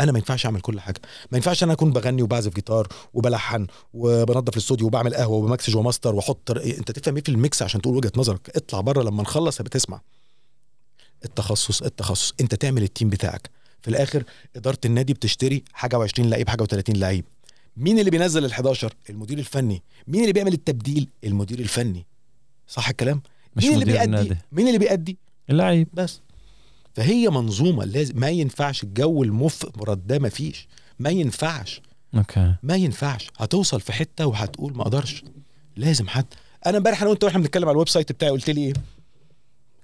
S2: انا ما ينفعش اعمل كل حاجه ما ينفعش انا اكون بغني وبعزف جيتار وبلحن وبنظف الاستوديو وبعمل قهوه وبمكسج وماستر واحط ر- انت تفهم ايه في الميكس عشان تقول وجهه نظرك اطلع بره لما نخلص هبقى تسمع التخصص التخصص انت تعمل التيم بتاعك في الاخر اداره النادي بتشتري حاجه و20 لعيب حاجه و30 لعيب مين اللي بينزل ال11 المدير الفني مين اللي بيعمل التبديل المدير الفني صح الكلام
S1: مش
S2: مين اللي
S1: مدير
S2: بيأدي
S1: النادي
S2: مين اللي بيأدي
S1: اللعيب
S2: بس فهي منظومه لازم ما ينفعش الجو المفرد ده ما فيش ما ينفعش
S1: اوكي
S2: ما ينفعش هتوصل في حته وهتقول ما اقدرش لازم حد انا امبارح انا وانت واحنا بنتكلم على الويب سايت بتاعي قلت لي ايه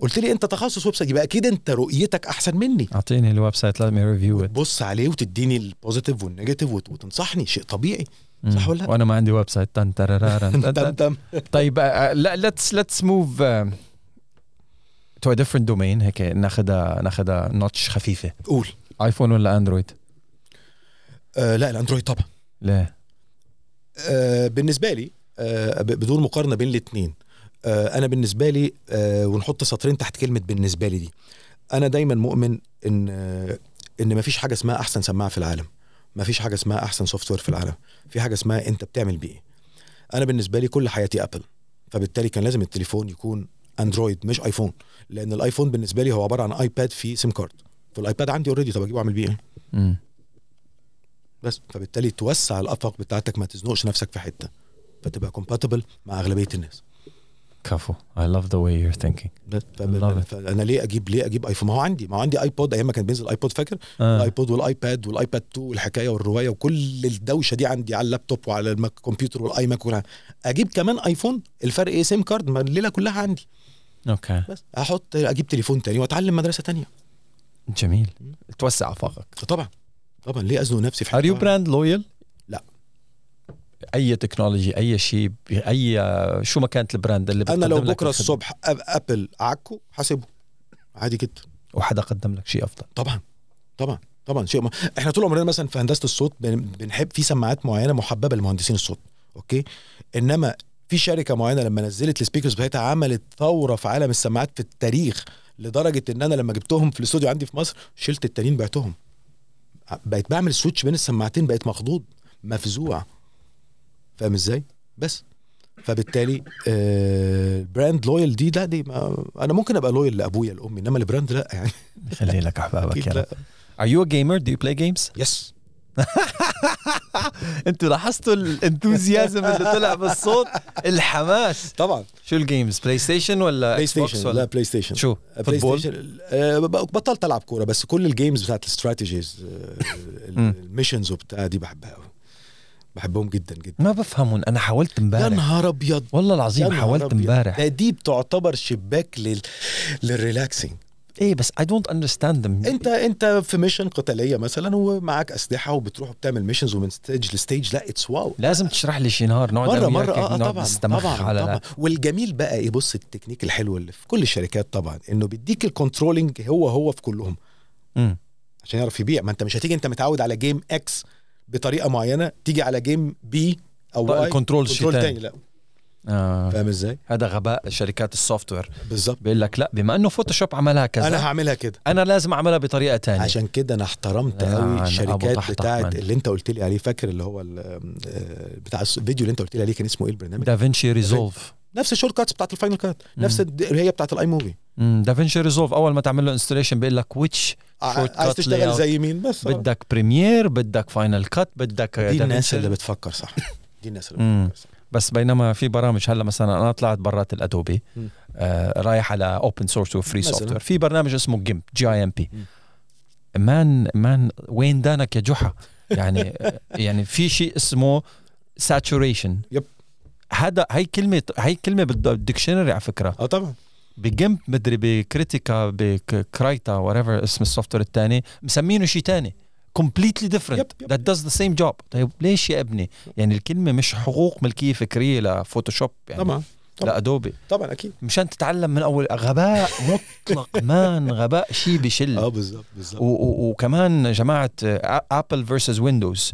S2: قلت لي انت تخصص ويب سايت يبقى اكيد انت رؤيتك احسن مني
S1: اعطيني الويب سايت let me review it
S2: بص عليه وتديني البوزيتيف والنيجاتيف وت- وتنصحني شيء طبيعي
S1: مم.
S2: صح ولا لا؟
S1: وانا ما عندي ويب سايت تن ترارارن. تن-
S2: تم
S1: تن.
S2: تم
S1: طيب ليتس ليتس موف تو ا ديفرنت دومين هيك ناخذها ناخذها نوتش خفيفه
S2: قول
S1: ايفون ولا اندرويد
S2: آه لا الاندرويد طبعا
S1: ليه
S2: آه، بالنسبه لي آه، ب- بدون مقارنه بين الاثنين انا بالنسبه لي آه، ونحط سطرين تحت كلمه بالنسبه لي دي انا دايما مؤمن ان آه، ان مفيش حاجه اسمها احسن سماعه في العالم مفيش حاجه اسمها احسن سوفت وير في العالم في حاجه اسمها انت بتعمل بيه انا بالنسبه لي كل حياتي ابل فبالتالي كان لازم التليفون يكون اندرويد مش ايفون لان الايفون بالنسبه لي هو عباره عن ايباد فيه سيم كارد فالايباد عندي اوريدي طب اجيبه اعمل بيه ايه
S1: مم.
S2: بس فبالتالي توسع الافاق بتاعتك ما تزنقش نفسك في حته فتبقى compatible مع اغلبيه الناس
S1: كفو I love the way you're thinking
S2: بس ف-
S1: Love it.
S2: فانا ليه اجيب ليه اجيب ايفون ما هو عندي ما هو عندي ايبود ايام ما كان بينزل ايبود فاكر
S1: آه.
S2: الايبود والايباد والايباد 2 والحكايه والروايه وكل الدوشه دي عندي على اللابتوب وعلى الكمبيوتر والاي ماك وكل حاجة. اجيب كمان ايفون الفرق ايه سيم كارد ما الليله كلها عندي
S1: اوكي
S2: بس احط اجيب تليفون تاني واتعلم مدرسه تانية
S1: جميل توسع افاقك
S2: فطبعا طبعا ليه ازنق نفسي في
S1: ار يو
S2: واحدة؟
S1: براند لويال؟
S2: لا.
S1: اي تكنولوجي اي شيء ب- اي شو ما كانت البراند اللي
S2: انا لو
S1: بتقدم لك
S2: بكره
S1: الخدمة،
S2: الصبح أب- ابل عكه حاسبه عادي جدا
S1: وحدا قدم لك شيء افضل
S2: طبعا طبعا طبعا شيء ما. احنا طول عمرنا مثلا في هندسه الصوت بن- بنحب في سماعات معينه محببه لمهندسين الصوت اوكي انما في شركه معينه لما نزلت السبيكرز بتاعتها عملت ثوره في عالم السماعات في التاريخ لدرجه ان انا لما جبتهم في الاستوديو عندي في مصر شلت التانيين بعتهم ع- بقيت بعمل سويتش بين السماعتين بقيت مخضوض مفزوع فاهم ازاي بس فبالتالي آه براند لويال دي لا دي ما انا ممكن ابقى لويال لابويا لامي انما البراند لا يعني
S1: خلي لك احبابك
S2: أكيد
S1: يا
S2: لا.
S1: رب ار يو جيمر دو يو بلاي جيمز؟
S2: يس
S1: انتوا لاحظتوا الانثوزيازم اللي طلع بالصوت الحماس
S2: طبعا
S1: شو الجيمز بلاي ستيشن ولا
S2: بلاي
S1: إكس بوكس
S2: ستيشن
S1: ولا
S2: لا بلاي ستيشن
S1: شو
S2: بلاي
S1: فوتبول
S2: ستيشن آه، ب- بطلت العب كوره بس كل الجيمز بتاعت آه، الاستراتيجيز
S1: مم.
S2: الميشنز وبتاع دي بحبها قوي بحبهم جدا جدا
S1: ما بفهمون انا حاولت
S2: يا
S1: امبارح
S2: نهار ابيض
S1: والله
S2: يا
S1: العظيم
S2: نهار
S1: حاولت
S2: أبيض.
S1: امبارح
S2: ده دي بتعتبر شباك لل للريلاكسنج
S1: ايه بس اي دونت اندرستاند ذم
S2: انت انت في ميشن قتاليه مثلا ومعاك اسلحه وبتروح بتعمل ميشنز ومن ستيج لستيج لا اتس واو
S1: لازم تشرح لي شي نهار نقعد
S2: مره
S1: أنا
S2: مره
S1: وياك
S2: اه آه،
S1: نقعد
S2: طبعا
S1: نستمخ
S2: طبعا
S1: على
S2: طبعا والجميل بقى ايه بص التكنيك الحلو اللي في كل الشركات طبعا انه بيديك الكنترولنج هو هو في كلهم
S1: مم.
S2: عشان يعرف يبيع ما انت مش هتيجي انت متعود على جيم اكس بطريقه معينه تيجي على جيم بي او
S1: بقى
S2: واي
S1: الكنترول شي
S2: كنترول تاني
S1: تاني
S2: لا
S1: آه.
S2: فاهم ازاي
S1: هذا غباء شركات السوفت وير
S2: بالظبط
S1: بيقول لك لا بما انه فوتوشوب عملها كذا
S2: انا
S1: انا,
S2: هعملها كده
S1: أنا لازم اعملها بطريقه تانية عشان
S2: عشان كده انا احترمت
S1: لا، أنا
S2: قوي
S1: يعني أبو
S2: الشركات
S1: طحطح
S2: بتاعت
S1: من.
S2: اللي انت قلت لي عليه فاكر اللي هو ال- آه، بتاع الس- الفيديو اللي انت قلت لي عليه كان اسمه ايه البرنامج
S1: دافنشي ريزولف
S2: نفس الشورت كاتس بتاعت الفاينل كات نفس الد- اللي هي بتاعت الاي موفي
S1: دافنشي ريزولف اول ما تعمل له انستليشن بيقول لك ويتش Shortcut
S2: عايز تشتغل
S1: layout.
S2: زي مين بس آه.
S1: بدك بريمير بدك فاينل كات بدك
S2: دي الناس
S1: DaVinci.
S2: اللي بتفكر صح دي الناس
S1: مم.
S2: اللي بتفكر صح
S1: بس بينما في برامج هلا مثلا انا طلعت برات الادوبي
S2: مم.
S1: آه رايح على اوبن سورس وفري
S2: مثلاً.
S1: سوفت وير في برنامج اسمه جيمب جي اي ام بي
S2: مم.
S1: مان مان وين دانك يا جحا يعني يعني في شيء اسمه ساتوريشن
S2: يب.
S1: هذا هاي كلمه هاي كلمه بالد- بالدكشنري على فكره
S2: اه طبعا
S1: بجمب مدري بكريتيكا بكرايتا وريفر اسم السوفت وير الثاني مسمينه شيء ثاني كومبليتلي ديفرنت
S2: يب، يب.
S1: ذات داز ذا سيم جوب طيب ليش يا ابني يعني الكلمه مش حقوق ملكيه فكريه لفوتوشوب يعني
S2: طبعا طبعاً.
S1: لادوبي
S2: طبعا اكيد
S1: مشان تتعلم من اول غباء مطلق مان غباء شيء بشل
S2: اه بالظبط بالظبط
S1: و- و- وكمان جماعه آه، ابل فيرسز ويندوز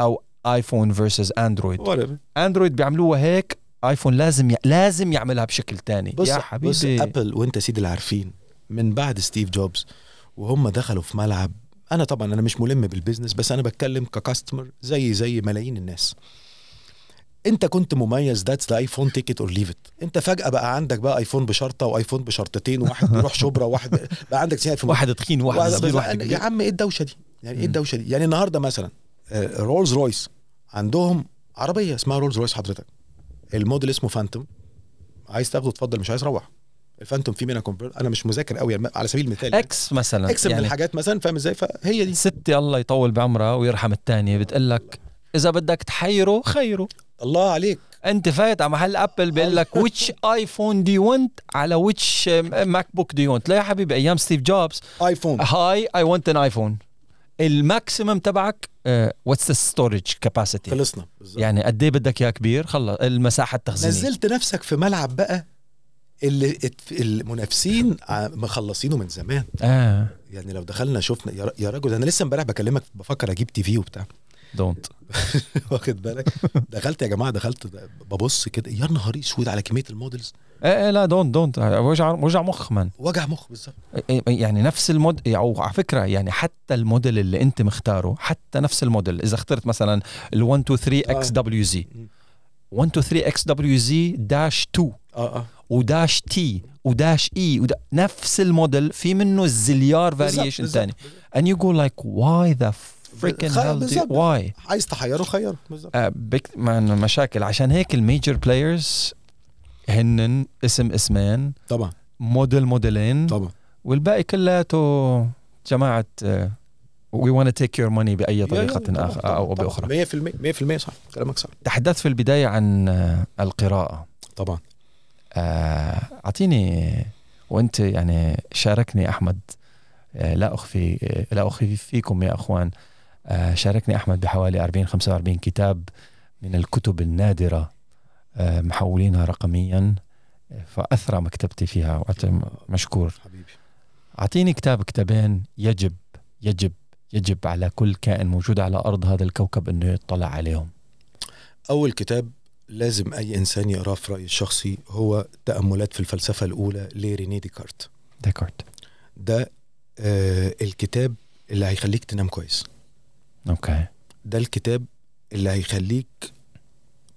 S1: او ايفون فيرسز اندرويد
S2: whatever.
S1: اندرويد بيعملوها هيك ايفون لازم ي... لازم يعملها بشكل تاني
S2: بص
S1: يا
S2: بص
S1: حبيبي
S2: ابل وانت سيد اللي عارفين من بعد ستيف جوبز وهم دخلوا في ملعب انا طبعا انا مش ملم بالبيزنس بس انا بتكلم ككاستمر زي زي ملايين الناس انت كنت مميز ذاتس ذا ايفون تيكت اور ليف ات انت فجاه بقى عندك بقى ايفون بشرطه وايفون بشرطتين وواحد بيروح شبرا وواحد بقى عندك 9000
S1: واحد تخين واحد صغير واحد
S2: يا
S1: كبير
S2: عم ايه الدوشه دي يعني ايه
S1: مم.
S2: الدوشه دي يعني النهارده مثلا آه، رولز رويس عندهم عربيه اسمها رولز رويس حضرتك الموديل اسمه فانتوم عايز تاخده اتفضل مش عايز روح الفانتوم فيه منها كونفرت انا مش مذاكر قوي يعني على سبيل المثال يعني.
S1: اكس مثلا
S2: اكس من
S1: يعني
S2: الحاجات مثلا فاهم ازاي فهي دي
S1: ستي الله يطول بعمرها ويرحم الثانيه بتقول لك اذا بدك تحيره خيره
S2: الله عليك
S1: انت فايت على محل ابل بيقول لك ويتش ايفون دي ونت على آه، ويتش ماك بوك دي ونت لا يا حبيبي ايام ستيف جوبز
S2: ايفون
S1: هاي اي ونت ان ايفون الماكسيمم تبعك آه، واتس ذا ستورج كاباسيتي
S2: خلصنا بالظبط
S1: يعني قد ايه بدك يا كبير خلص المساحه التخزينيه
S2: نزلت نفسك في ملعب بقى اللي ات- المنافسين ع- مخلصينه من زمان
S1: اه
S2: يعني لو دخلنا شفنا يا ر- يا راجل انا لسه امبارح بكلمك بفكر اجيب تي في وبتاع
S1: دونت
S2: واخد بالك دخلت يا جماعه دخلت د- ببص كده يا نهار اسود على كميه المودلز
S1: ايه ايه لا دونت دونت وجع وجع مخ من
S2: وجع مخ بالظبط
S1: يعني نفس المود او على فكره يعني حتى الموديل اللي انت مختاره حتى نفس الموديل اذا اخترت مثلا ال 1 2 3 اكس دبليو زي 1 2 3 اكس دبليو زي داش 2
S2: اه اه
S1: وداش تي وداش اي ودا... E نفس الموديل في منه الزليار فاريشن
S2: بالظبط،
S1: ثاني
S2: بالظبط.
S1: and you go like why the freaking
S2: خ-
S1: hell do-
S2: بالظبط.
S1: why
S2: عايز تحيره خيره بالظبط
S1: آه، بك... مان، مشاكل عشان هيك الميجر بلايرز هنن اسم اسمين
S2: طبعا
S1: موديل موديلين
S2: طبعا
S1: والباقي آه، كلياته جماعه وي ونت تيك يور ماني باي طريقه اخرى او باخرى
S2: 100% 100% صح كلامك صح
S1: تحدثت في البدايه عن آه، القراءه
S2: طبعا
S1: آه، اعطيني وانت يعني شاركني احمد آه، لا اخفي آه، لا اخفي فيكم يا اخوان آه، شاركني احمد بحوالي 40 45 كتاب من الكتب النادره آه، محولينها رقميا آه، فاثرى مكتبتي فيها وأعت- طيب، مشكور
S2: حبيبي
S1: اعطيني كتاب كتابين يجب يجب يجب على كل كائن موجود على ارض هذا الكوكب انه يطلع عليهم
S2: اول كتاب لازم اي انسان يقراه في رايي الشخصي هو تاملات في الفلسفه الاولى لريني ديكارت
S1: ديكارت
S2: ده آه الكتاب اللي هيخليك تنام كويس
S1: اوكي
S2: ده الكتاب اللي هيخليك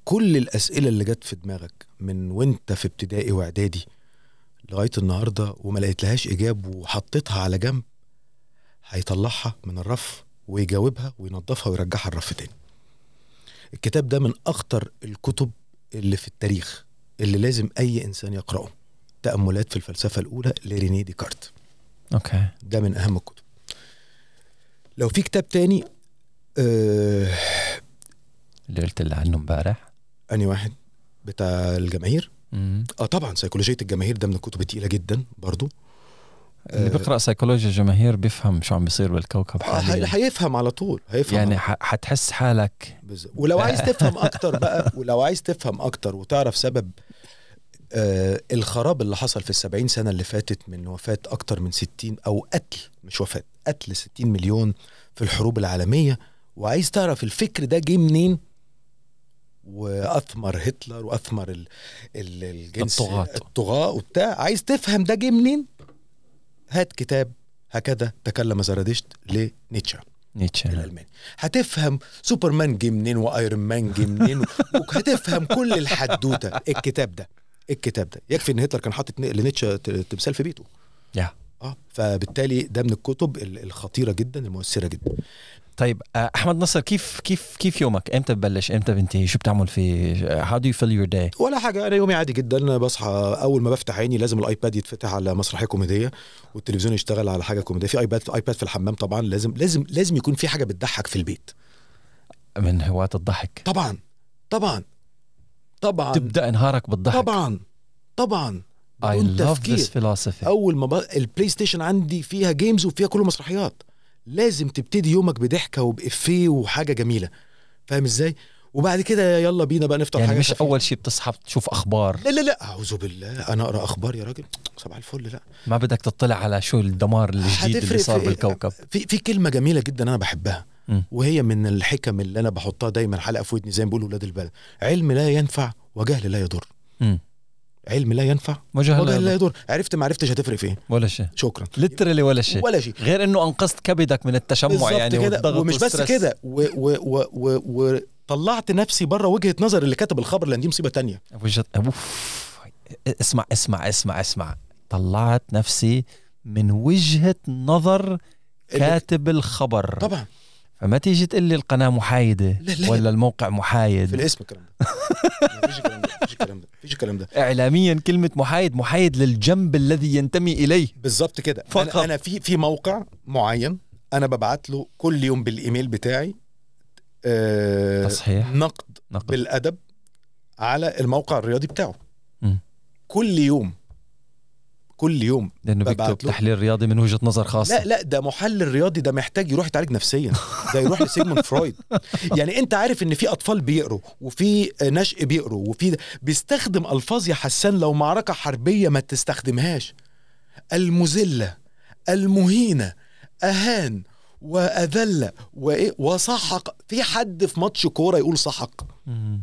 S2: كل الأسئلة اللي جت في دماغك من وانت في ابتدائي وإعدادي لغاية النهاردة وما لقيتلهاش إجاب وحطيتها على جنب هيطلعها من الرف ويجاوبها وينظفها ويرجعها الرف تاني الكتاب ده من أخطر الكتب اللي في التاريخ اللي لازم أي إنسان يقرأه تأملات في الفلسفة الأولى لرينيه ديكارت
S1: اوكي
S2: ده من اهم الكتب لو في كتاب تاني آه
S1: اللي قلت لي عنه امبارح
S2: اني واحد بتاع الجماهير
S1: أمم.
S2: اه طبعا سيكولوجيه الجماهير ده من الكتب التقيله جدا برضو
S1: اللي
S2: آه.
S1: بيقرا سيكولوجيا الجماهير بيفهم شو عم بيصير بالكوكب
S2: آه،
S1: حاليا
S2: هي- هيفهم على طول هيفهم
S1: يعني
S2: يعني
S1: ح- حتحس حالك
S2: ولو عايز تفهم اكتر بقى ولو عايز تفهم اكتر وتعرف سبب آه الخراب اللي حصل في السبعين سنه اللي فاتت من وفاه اكتر من 60 او قتل مش وفاه قتل 60 مليون في الحروب العالميه وعايز تعرف الفكر ده جه منين واثمر هتلر واثمر ال ال الجنس
S1: الطغاة.
S2: الطغاه وبتاع عايز تفهم ده جه منين هات كتاب هكذا تكلم زرادشت لنيتشه
S1: نيتشه
S2: الالماني هتفهم سوبرمان جه منين وايرون مان جه منين و- وهتفهم كل الحدوته الكتاب ده الكتاب ده يكفي ان هتلر كان حاطط ن- لنيتشه ت- تمثال في بيته
S1: يا.
S2: اه فبالتالي ده من الكتب ال- الخطيره جدا المؤثره جدا
S1: طيب آه، احمد نصر كيف كيف كيف يومك امتى ببلش امتى بنتهي شو بتعمل في هاو دو يو فيل يور داي
S2: ولا حاجه انا يومي عادي جدا بصحى اول ما بفتح عيني لازم الايباد يتفتح على مسرحيه كوميديه والتلفزيون يشتغل على حاجه كوميديه في ايباد ايباد في الحمام طبعا لازم لازم لازم يكون في حاجه بتضحك في البيت
S1: من هواة الضحك
S2: طبعا طبعا طبعا
S1: تبدا نهارك بالضحك
S2: طبعا طبعا
S1: I
S2: بدون
S1: love
S2: تفكير.
S1: this philosophy
S2: اول ما بق... البلاي ستيشن عندي فيها جيمز وفيها كل مسرحيات لازم تبتدي يومك بضحكه وبافيه وحاجه جميله فاهم ازاي وبعد كده يلا بينا بقى نفطر
S1: يعني
S2: حاجه
S1: مش
S2: خفيفة.
S1: اول شيء بتصحى بتشوف اخبار
S2: لا لا لا اعوذ بالله انا اقرا اخبار يا راجل صباح الفل لا
S1: ما بدك تطلع على شو الدمار الجديد اللي
S2: هتفرق
S1: صار
S2: في إيه؟
S1: بالكوكب
S2: في في كلمه جميله جدا انا بحبها
S1: مم.
S2: وهي من الحكم اللي انا بحطها دايما حلقه في ودني زي ما بيقولوا ولاد البلد علم لا ينفع وجهل لا يضر
S1: مم.
S2: علم لا ينفع وجهل لا
S1: وجه
S2: يضر عرفت ما عرفتش هتفرق في ايه
S1: ولا شيء
S2: شكرا
S1: ليترلي ولا شيء
S2: ولا شيء
S1: غير انه انقذت كبدك من التشمع
S2: بالظبط
S1: يعني
S2: كده
S1: والضغط
S2: ومش بس
S1: والستريس.
S2: كده و- و- و- و- وطلعت نفسي بره وجهه نظر اللي كتب الخبر لان دي مصيبه تانية
S1: وجهة اوف اسمع اسمع اسمع اسمع طلعت نفسي من وجهة نظر
S2: اللي-
S1: كاتب الخبر
S2: طبعا
S1: فما تيجي تقول لي القناة محايدة
S2: لا، لا.
S1: ولا الموقع
S2: في
S1: محايد
S2: الاسم الكلام ده مفيش الكلام ده مفيش الكلام ده مفيش الكلام ده
S1: إعلاميا كلمة محايد محايد للجنب الذي ينتمي إليه
S2: بالظبط كده أنا-
S1: فقط.
S2: انا في في موقع معين انا ببعت له كل يوم بالايميل بتاعي آه،
S1: تصحيح
S2: نقد
S1: نقد
S2: بالادب على الموقع الرياضي بتاعه
S1: مم.
S2: كل يوم كل يوم
S1: لأنه بيكتب
S2: ببعت له.
S1: تحليل رياضي من وجهة نظر خاصة
S2: لا لا ده محلل رياضي ده محتاج يروح يتعالج نفسيا ده يروح لسيجموند فرويد يعني انت عارف ان في اطفال بيقروا وفي نشء بيقروا وفي بيستخدم الفاظ يا حسان لو معركه حربيه ما تستخدمهاش المذله المهينه اهان واذل وايه وصحق في حد في ماتش كوره يقول صحق
S1: مم.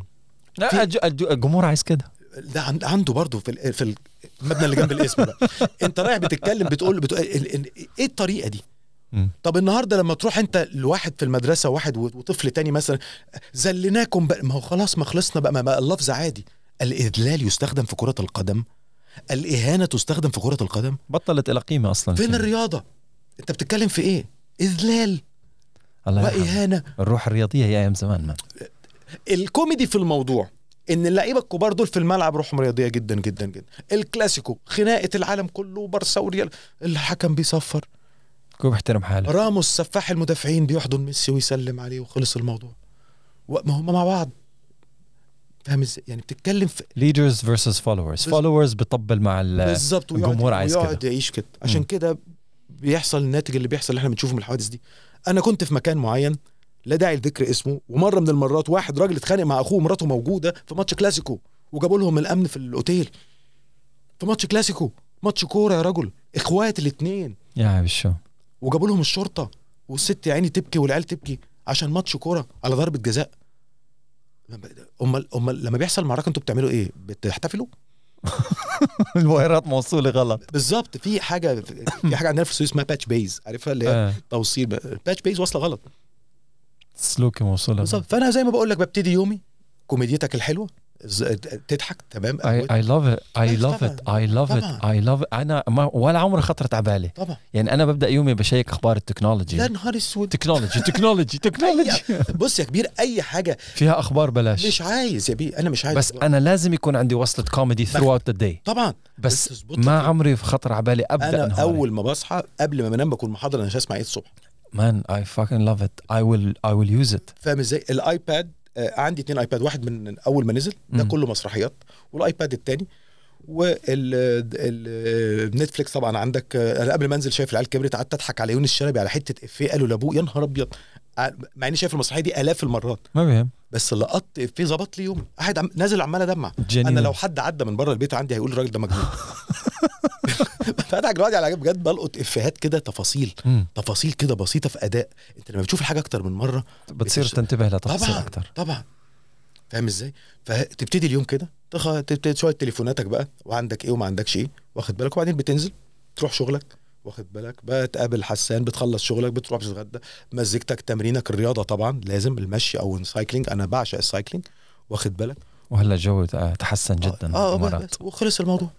S1: لا
S2: في-
S1: الج- الج- الجمهور عايز كده
S2: ده عن- عنده برضه في ال- في ال- المبنى اللي جنب الاسم بقى انت رايح بتتكلم بتقول, بتقول ال- ال- ايه الطريقه دي
S1: مم.
S2: طب النهارده لما تروح انت لواحد في المدرسه واحد و- وطفل تاني مثلا زلناكم بقى ما هو خلاص ما خلصنا بقى ما- ما اللفظ عادي الاذلال يستخدم في كره القدم الاهانه تستخدم في كره القدم
S1: بطلت لها قيمة أصلا
S2: فين
S1: الكلمة.
S2: الرياضه انت بتتكلم في ايه اذلال
S1: الله يرحمه.
S2: واهانه
S1: الروح الرياضية هي أيام زمان ما
S2: الكوميدي في الموضوع ان اللعيبه الكبار دول في الملعب روحهم رياضيه جدا جدا جدا الكلاسيكو خناقه العالم كله بارسا وريال الحكم بيصفر
S1: كوب احترم حالك
S2: راموس سفاح المدافعين بيحضن ميسي ويسلم عليه وخلص الموضوع و- ما هم مع بعض فاهم ازاي يعني بتتكلم في
S1: leaders versus followers followers بطبل مع ال
S2: بالظبط
S1: الجمهور
S2: ويقعد,
S1: عايز
S2: ويقعد يعيش كده عشان
S1: مم.
S2: كده بيحصل الناتج اللي بيحصل اللي احنا بنشوفه من الحوادث دي انا كنت في مكان معين لا داعي لذكر اسمه ومره من المرات واحد راجل اتخانق مع اخوه ومراته موجوده في ماتش كلاسيكو وجابوا لهم الامن في الاوتيل في ماتش كلاسيكو ماتش كوره يا رجل اخوات الاثنين
S1: يا عيب الشو
S2: وجابوا لهم الشرطه والست يا عيني تبكي والعيال تبكي عشان ماتش كوره على ضربه جزاء امال امال لما بيحصل معركه انتوا بتعملوا ايه بتحتفلوا
S1: الوايرات موصولة غلط
S2: بالظبط في حاجه في حاجه عندنا في السويس اسمها باتش بيز عارفها اللي هي
S1: آه.
S2: توصيل باتش بيز واصله غلط
S1: سلوكي موصولة
S2: بالظبط
S1: غلط
S2: فانا زي ما بقول لك ببتدي يومي كوميديتك الحلوه ز- تضحك تمام
S1: I, I love it I love it I love it I love it أنا ما ولا عمري خطرت على بالي
S2: طبعا
S1: يعني أنا ببدأ يومي بشيك أخبار
S2: لا
S1: التكنولوجي
S2: نهار اسود
S1: تكنولوجي تكنولوجي تكنولوجي
S2: بص يا كبير اي حاجه
S1: فيها أخبار بلاش
S2: مش عايز يا بيه انا مش عايز
S1: بس أنا لازم يكون عندي وصلة كوميدي throughout the day
S2: طبعا
S1: بس
S2: بس تظبط
S1: ما
S2: لك.
S1: عمري خطر على بالي أبدأ
S2: انا
S1: نهاري.
S2: اول ما بصحى قبل ما بنام بكون محضر انا مش هسمع ايه الصبح
S1: man I fucking love it I will I will use it
S2: فاهم ازاي الايباد آه عندي اتنين ايباد واحد من اول ما نزل ده
S1: مم.
S2: كله مسرحيات والايباد التاني والنتفليكس طبعا عندك آه، انا قبل ما انزل شايف العيال كبرت قعدت اضحك على يونس الشلبي على حته افيه قالوا لابوه يا نهار ابيض ع- مع اني شايف المسرحيه دي الاف المرات
S1: ما بهم
S2: بس لقطت افيه ظبط لي يومي قاعد عم... نازل عمال ادمع انا
S1: جنين
S2: لو حد عدى من بره البيت عندي هيقول الراجل ده مجنون بضحك دلوقتي على بجد بلقط افيهات كده تفاصيل
S1: مم.
S2: تفاصيل كده بسيطه في اداء انت لما بتشوف الحاجه اكتر من مره
S1: بتصير
S2: بتش-
S1: تنتبه لتفاصيل
S2: طبعا
S1: اكثر
S2: طبعا فاهم ازاي فتبتدي اليوم كده تخ... تبتدي شويه تليفوناتك بقى وعندك ايه وما عندكش ايه واخد بالك وبعدين بتنزل تروح شغلك واخد بالك بقى تقابل حسان بتخلص شغلك بتروح بتتغدى مزيكتك تمرينك الرياضه طبعا لازم المشي او السايكلينج انا بعشق السايكلينج واخد بالك
S1: وهلا الجو ت- تحسن جدا
S2: اه, آه
S1: مرات
S2: بس وخلص الموضوع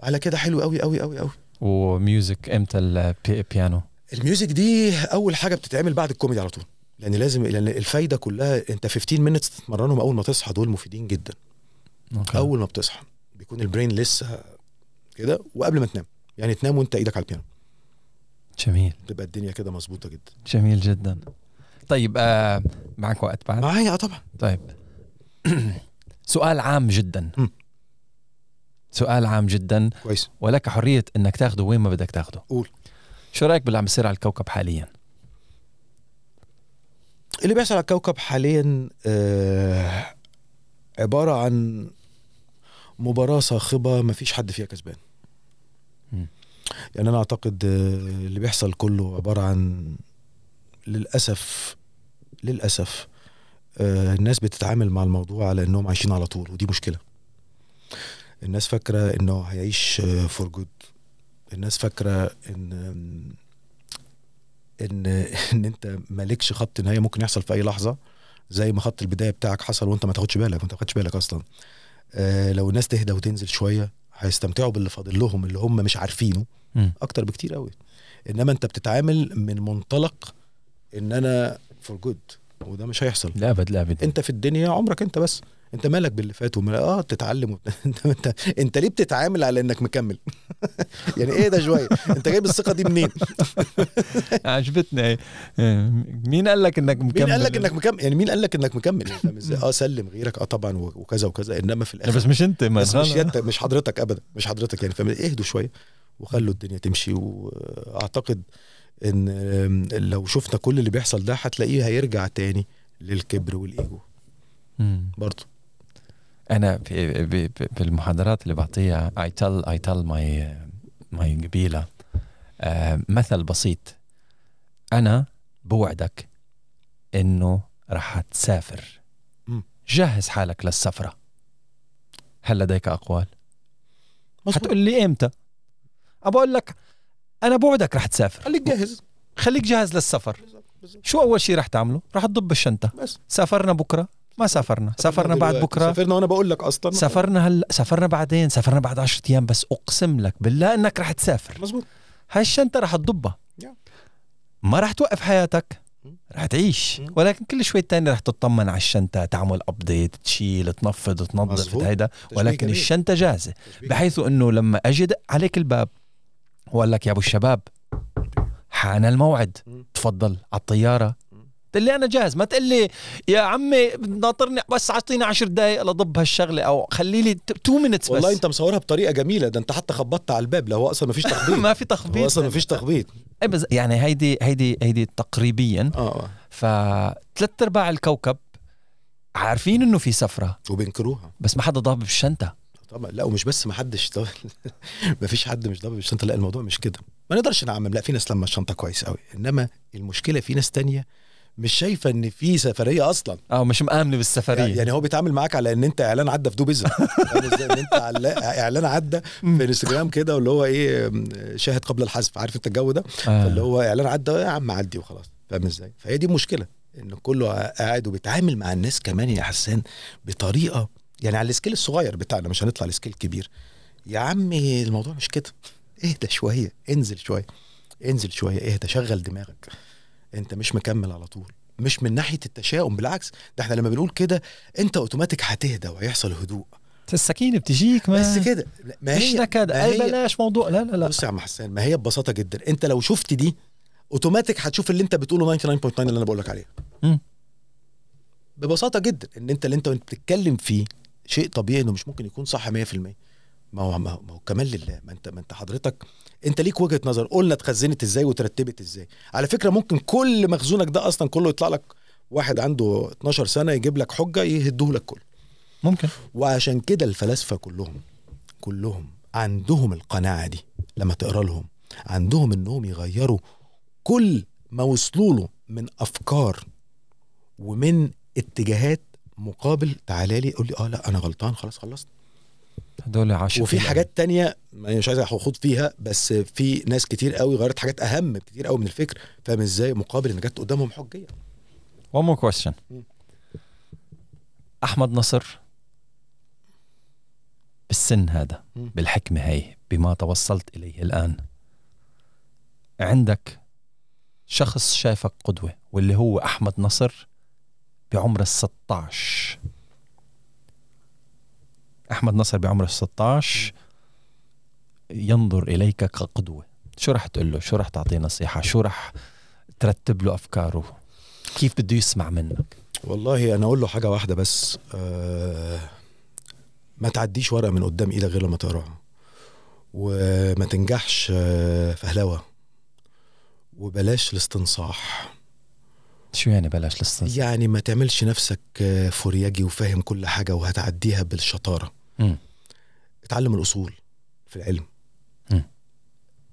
S2: على كده حلو قوي قوي قوي قوي
S1: وميوزك امتى البيانو
S2: الميوزك دي اول حاجه بتتعمل بعد الكوميدي على طول لان لازم لان الفايده كلها انت 15 مينتس تتمرنهم اول ما تصحى دول مفيدين جدا
S1: أوكي.
S2: اول ما بتصحى بيكون البرين لسه كده وقبل ما تنام يعني تنام وانت ايدك على البيانو
S1: جميل
S2: تبقى الدنيا كده مظبوطه جدا
S1: جميل جدا طيب آه معك وقت بعد
S2: معايا اه طبعا
S1: طيب سؤال عام جدا
S2: مم.
S1: سؤال عام جدا
S2: كويس
S1: ولك حريه انك تاخده وين ما بدك تاخده
S2: قول.
S1: شو رايك باللي عم بيصير على الكوكب حاليا
S2: اللي بيحصل على الكوكب حاليا آه عباره عن مباراه صاخبه ما فيش حد فيها كسبان
S1: مم.
S2: يعني انا اعتقد آه، اللي بيحصل كله عباره عن للاسف للاسف آه الناس بتتعامل مع الموضوع على انهم عايشين على طول ودي مشكله الناس فاكره انه هيعيش فور جود الناس فاكره ان ان ان انت مالكش خط نهايه ممكن يحصل في اي لحظه زي ما خط البدايه بتاعك حصل وانت ما تاخدش بالك وانت ما خدتش بالك اصلا آه لو الناس تهدى وتنزل شويه هيستمتعوا باللي فاضل لهم اللي هم مش عارفينه
S1: مم.
S2: اكتر بكتير قوي انما انت بتتعامل من منطلق ان انا فور جود وده مش هيحصل
S1: لا ابد لا ابد
S2: انت في الدنيا عمرك انت بس انت مالك باللي فات وما اه بتتعلم وبت- انت انت انت ليه بتتعامل على انك مكمل يعني ايه ده شويه انت جايب الثقه دي منين
S1: عجبتني هي. آه، مين قال لك انك مكمل
S2: مين قال لك انك مكمل يعني مين قال لك انك مكمل يعني فاهم ازاي اه سلم غيرك اه طبعا و- وكذا وكذا انما في
S1: لا،
S2: الاخر
S1: بس مش انت ما
S2: بس مش
S1: غلط.
S2: يت... مش حضرتك ابدا مش حضرتك يعني فاهم اهدوا شويه وخلوا الدنيا تمشي واعتقد ان آم، لو شفنا كل اللي بيحصل ده هتلاقيه هيرجع تاني للكبر والايجو
S1: مم.
S2: برضه
S1: انا في ب- ب- بالمحاضرات اللي بعطيها اي تيل اي تيل ماي ماي قبيله آه، مثل بسيط انا بوعدك انه رح تسافر
S2: مم.
S1: جهز حالك للسفره هل لديك اقوال
S2: مظبوط.
S1: حتقول لي امتى بقول لك انا بوعدك رح تسافر
S2: خليك جاهز
S1: خليك جاهز للسفر
S2: بالظبط، بالظبط.
S1: شو اول شيء رح تعمله رح تضب الشنطه
S2: بس
S1: سافرنا بكره ما سافرنا سافرنا بعد
S2: دلوقتي.
S1: بكره
S2: سافرنا وانا بقول لك اصلا
S1: سافرنا هلا سافرنا بعدين سافرنا بعد 10 ايام بس اقسم لك بالله انك رح تسافر
S2: مظبوط
S1: هاي الشنطه رح تضبها
S2: Yeah.
S1: ما رح توقف حياتك
S2: Mm.
S1: رح تعيش
S2: Mm.
S1: ولكن كل شوي تاني رح تطمن على الشنطه تعمل ابديت تشيل تنفض تنظف
S2: مظبوط.
S1: هيدا
S2: تشبيه
S1: ولكن
S2: جميل.
S1: الشنطه جاهزه
S2: تشبيه.
S1: بحيث انه لما اجي دق عليك الباب واقول لك يا ابو الشباب حان الموعد
S2: مم.
S1: تفضل على الطياره
S2: مم.
S1: تقول لي انا جاهز ما تقول لي يا عمي ناطرني بس اعطيني عشر دقائق لضب هالشغله او خلي لي 2 مينتس
S2: والله
S1: بس
S2: انت مصورها بطريقه جميله ده انت حتى خبطت على الباب لو هو اصلا ما فيش تخبيط
S1: ما في تخبيط
S2: هو اصلا ما فيش تخبيط
S1: إيه بس يعني هيدي هيدي هيدي تقريبيا
S2: اه اه
S1: فثلاث ارباع الكوكب عارفين انه في سفره
S2: وبينكروها
S1: بس ما حدا ضاب بالشنطه
S2: طبعا لا ومش بس ما حدش ما فيش حد مش ضابط بالشنطه لا الموضوع مش كده ما نقدرش نعمم لا في ناس لما الشنطه كويس قوي انما المشكله في ناس تانية مش شايفه ان في سفريه اصلا
S1: او مش مآمنه بالسفريه
S2: يعني هو بيتعامل معاك على ان انت اعلان عدى في دوبيزا فاهم ازاي؟ ان انت علا- اعلان عدى في انستجرام كده واللي هو ايه شاهد قبل الحذف عارف انت الجو ده
S1: آه.
S2: فاللي يعني هو اعلان عدى يا عم عدي وخلاص فاهم ازاي فهي دي المشكله ان كله قاعد وبيتعامل مع الناس كمان يا حسان بطريقه يعني على السكيل الصغير بتاعنا مش هنطلع على السكيل الكبير يا عمي الموضوع مش كده اهدى شويه انزل شويه انزل شويه اهدى شغل دماغك انت مش مكمل على طول مش من ناحيه التشاؤم بالعكس ده احنا لما بنقول كده انت اوتوماتيك هتهدى وهيحصل هدوء
S1: السكينه بتجيك ما
S2: بس كده لا، ما
S1: مش
S2: هي
S1: نكد
S2: ما
S1: اي
S2: هي-
S1: بلاش موضوع لا لا لا
S2: بص يا عم حسان ما هي ببساطه جدا انت لو شفت دي اوتوماتيك هتشوف اللي انت بتقوله 99.9 اللي انا بقول لك عليه
S1: مم.
S2: ببساطه جدا ان انت اللي انت وانت بتتكلم فيه شيء طبيعي انه مش ممكن يكون صح 100% ما هو ما هو- ما هو كمان لله ما انت ما انت حضرتك انت ليك وجهه نظر قلنا اتخزنت ازاي وترتبت ازاي على فكره ممكن كل مخزونك ده اصلا كله يطلع لك واحد عنده 12 سنه يجيب لك حجه يهدوه لك كله
S1: ممكن
S2: وعشان كده الفلاسفه كلهم كلهم عندهم القناعه دي لما تقرا لهم عندهم انهم يغيروا كل ما وصلوا له من افكار ومن اتجاهات مقابل تعالى لي قول لي اه لا انا غلطان خلاص خلصت
S1: هدول عاشقين
S2: وفي حاجات تانية أنا مش عايز اخوض فيها بس في ناس كتير قوي غيرت حاجات اهم بكتير قوي من الفكر فاهم ازاي مقابل ان جت قدامهم حجيه
S1: One more question.
S2: مم.
S1: أحمد نصر بالسن هذا
S2: مم.
S1: بالحكمة هاي بما توصلت إليه الآن عندك شخص شايفك قدوة واللي هو أحمد نصر بعمر ال 16 أحمد نصر بعمر ال 16 ينظر إليك كقدوة شو رح تقول له شو رح تعطيه نصيحة شو رح ترتب له أفكاره كيف بده يسمع منك
S2: والله انا اقول له حاجه واحده بس آه ما تعديش ورقه من قدام ايدك غير لما تقراها وما تنجحش آه، فهلوه وبلاش الاستنصاح
S1: شو يعني بلاش لسه
S2: يعني ما تعملش نفسك آه، فورياجي وفاهم كل حاجه وهتعديها بالشطاره
S1: مم.
S2: اتعلم الاصول في العلم
S1: مم.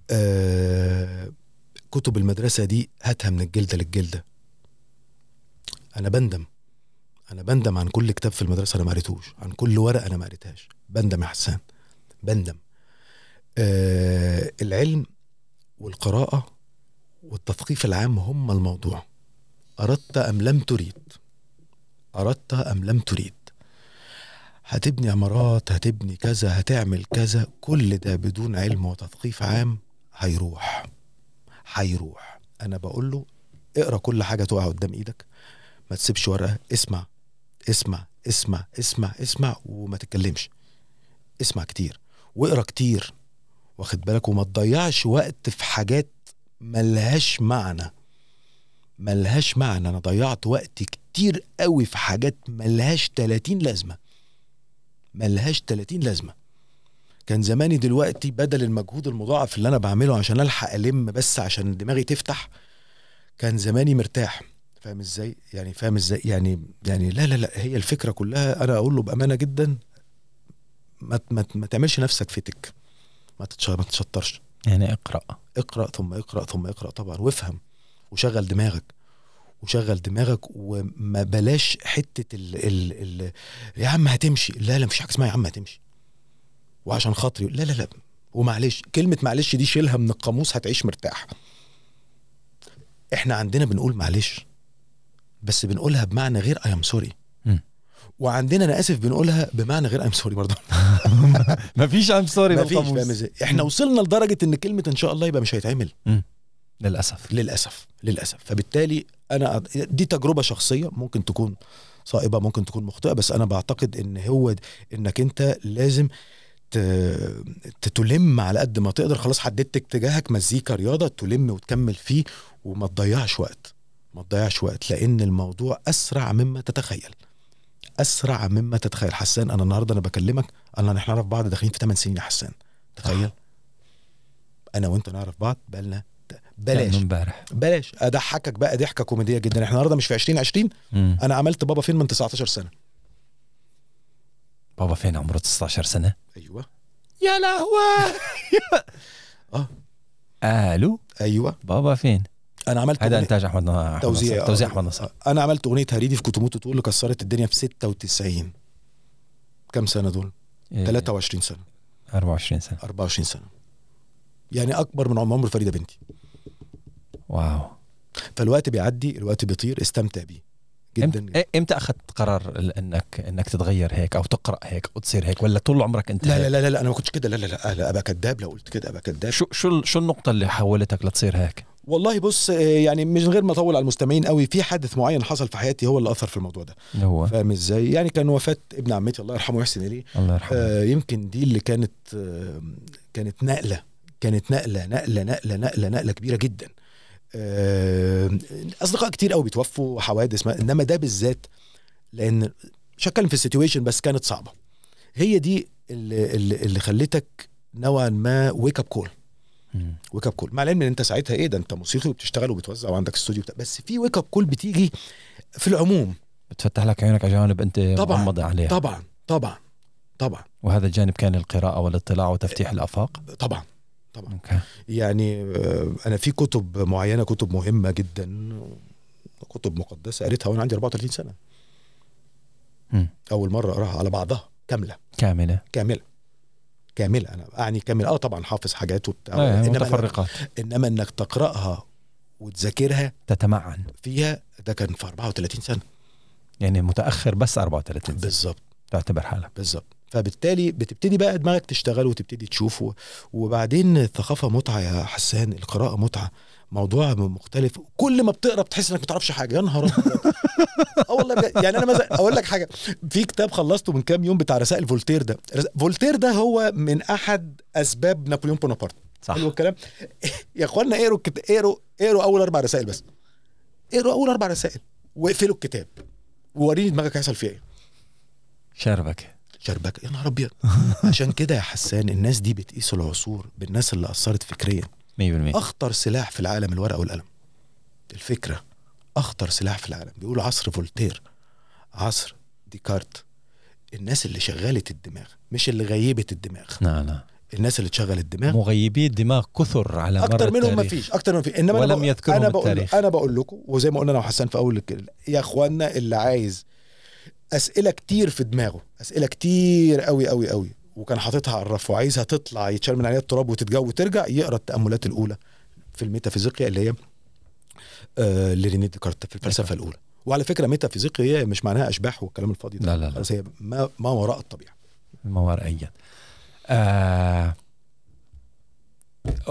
S2: آه كتب المدرسه دي هاتها من الجلده للجلده انا بندم انا بندم عن كل كتاب في المدرسه انا ما قريتهوش عن كل ورقه انا ما قريتهاش بندم يا حسان بندم آه العلم والقراءه والتثقيف العام هم الموضوع اردت ام لم تريد اردت ام لم تريد هتبني عمارات هتبني كذا هتعمل كذا كل ده بدون علم وتثقيف عام هيروح هيروح انا بقول له اقرا كل حاجه تقع قدام ايدك ما تسيبش ورقه اسمع اسمع اسمع اسمع اسمع وما تتكلمش اسمع كتير واقرا كتير واخد بالك وما تضيعش وقت في حاجات ملهاش معنى ملهاش معنى انا ضيعت وقت كتير قوي في حاجات ملهاش 30 لازمه ملهاش 30 لازمه كان زماني دلوقتي بدل المجهود المضاعف اللي انا بعمله عشان الحق الم بس عشان دماغي تفتح كان زماني مرتاح فاهم ازاي يعني فاهم ازاي يعني يعني لا لا لا هي الفكره كلها انا اقول له بامانه جدا ما ت- ما, ت- ما تعملش نفسك فتك ما تتش- ما تتشطرش
S1: يعني اقرا
S2: اقرا ثم اقرا ثم اقرا طبعا وافهم وشغل دماغك وشغل دماغك وما بلاش حته ال ال ال يا عم هتمشي لا لا مفيش حاجه اسمها يا عم هتمشي وعشان خاطري لا لا لا ومعلش كلمه معلش دي شيلها من القاموس هتعيش مرتاح احنا عندنا بنقول معلش بس بنقولها بمعنى غير اي ام سوري
S1: مم.
S2: وعندنا انا اسف بنقولها بمعنى غير اي ام سوري برضه
S1: ما فيش ام سوري
S2: مفيش فاهم ازاي احنا وصلنا لدرجه ان كلمه ان شاء الله يبقى مش هيتعمل
S1: للاسف
S2: للاسف للاسف فبالتالي انا أ- دي تجربه شخصيه ممكن تكون صائبه ممكن تكون مخطئه بس انا بعتقد ان هو د- انك انت لازم ت- ت- تلم على قد ما تقدر خلاص حددت اتجاهك مزيكا رياضه تلم وتكمل فيه وما تضيعش وقت ما تضيعش وقت لان الموضوع اسرع مما تتخيل اسرع مما تتخيل حسان انا النهارده انا بكلمك انا احنا نعرف بعض داخلين في 8 سنين يا حسان تخيل انا وانت نعرف بعض بقالنا بلاش
S1: من امبارح
S2: بلاش اضحكك بقى ضحكه كوميديه جدا احنا النهارده مش في 2020
S1: مم.
S2: انا عملت بابا فين من 19 سنه
S1: بابا فين عمره 19 سنه
S2: ايوه
S1: يا لهوي
S2: اه
S1: الو
S2: ايوه
S1: بابا فين
S2: انا عملت
S1: هذا
S2: أغنية-
S1: انتاج احمد نا- أحمد
S2: توزيع
S1: نصر.
S2: آه.
S1: توزيع احمد نصر
S2: انا عملت اغنيه هريدي في كتموت وتقول اللي كسرت الدنيا في 96 كام سنه دول آه.
S1: إيه،
S2: 23 سنه
S1: 24 سنه
S2: 24 سنه يعني اكبر من عمر فريده بنتي
S1: واو
S2: فالوقت بيعدي الوقت بيطير استمتع بيه جدا
S1: إم- إيه- امتى اخذت قرار ال- انك انك تتغير هيك او تقرا هيك او تصير هيك ولا طول عمرك انت
S2: لا
S1: هيك؟
S2: لا لا لا انا ما كنتش كده لا لا لا لا ابقى كداب لو قلت كده ابقى كداب
S1: شو شو ال- شو النقطه اللي حولتك لتصير هيك
S2: والله بص آه، يعني من غير ما اطول على المستمعين قوي في حدث معين حصل في حياتي هو اللي اثر في الموضوع ده
S1: اللي هو
S2: فاهم ازاي يعني كان وفاه ابن عمتي الله يرحمه يحسن اليه
S1: الله يرحمه
S2: آه يمكن دي اللي كانت آه كانت نقله كانت نقله نقله نقله نقله نقله كبيره جدا آه اصدقاء كتير قوي بيتوفوا حوادث ما- انما ده بالذات لان مش هتكلم في السيتويشن بس كانت صعبه هي دي اللي, اللي, اللي خلتك نوعا ما ويك اب كول
S1: مم.
S2: ويك اب كول مع العلم ان انت ساعتها ايه ده انت موسيقي وبتشتغل وبتوزع وعندك استوديو بتاع- بس في ويك اب كول بتيجي في العموم
S1: بتفتح لك عيونك على جوانب انت
S2: طبعاً،
S1: مغمضه عليها
S2: طبعا طبعا طبعا
S1: وهذا الجانب كان القراءه والاطلاع وتفتيح الافاق
S2: طبعا
S1: اوكي
S2: يعني آه، انا في كتب معينه كتب مهمه جدا كتب مقدسه قريتها وانا عندي 34 سنه
S1: مم.
S2: اول مره اقراها على بعضها كامله
S1: كامله
S2: كامله كامله انا اعني كامله اه طبعا حافظ حاجات وبتاع
S1: آه، يعني
S2: انما
S1: متفرقات
S2: انما انك تقراها وتذاكرها
S1: تتمعن
S2: فيها ده كان في 34 سنه
S1: يعني متاخر بس 34 سنة.
S2: بالظبط
S1: تعتبر حالك
S2: بالظبط فبالتالي بتبتدي بقى دماغك تشتغل وتبتدي تشوف و- وبعدين الثقافه متعه يا حسان القراءه متعه موضوع مختلف كل ما بتقرا بتحس انك ما بتعرفش حاجه يا نهار أبيض. اه والله بجد. يعني انا مثلا اقول لك حاجه في كتاب خلصته من كام يوم بتاع رسائل فولتير ده رس- فولتير ده هو من احد اسباب نابليون بونابرت
S1: صح
S2: حلو الكلام يا اخوانا اقروا الكت- اقروا اقروا اول اربع رسائل بس اقروا اول اربع رسائل واقفلوا الكتاب وريني دماغك هيحصل فيها ايه
S1: شربك
S2: شربك يا نهار ابيض عشان كده يا حسان الناس دي بتقيس العصور بالناس اللي اثرت فكريا
S1: 100%
S2: اخطر سلاح في العالم الورقه والقلم الفكره اخطر سلاح في العالم بيقول عصر فولتير عصر ديكارت الناس اللي شغلت الدماغ مش اللي غيبت الدماغ
S1: نعم نعم
S2: الناس اللي تشغل الدماغ
S1: مغيبي الدماغ كثر على مر
S2: اكتر منهم ما
S1: التاريخ.
S2: فيش اكتر ما فيش انما
S1: ولم
S2: أنا بقول-
S1: يذكرهم
S2: انا بقول
S1: التاريخ.
S2: انا بقول لكم وزي ما قلنا انا وحسان في اول الكلام يا اخوانا اللي عايز اسئله كتير في دماغه اسئله كتير قوي قوي قوي وكان حاططها على الرف وعايزها تطلع يتشال من عليها التراب وتتجو وترجع يقرا التاملات الاولى في الميتافيزيقيا اللي هي آه لرينيه ديكارت في
S1: نعم.
S2: الفلسفه الاولى وعلى فكره ميتافيزيقيا هي مش معناها اشباح والكلام الفاضي ده
S1: لا لا لا
S2: خلاص هي ما, ما وراء الطبيعه
S1: موارئيا آه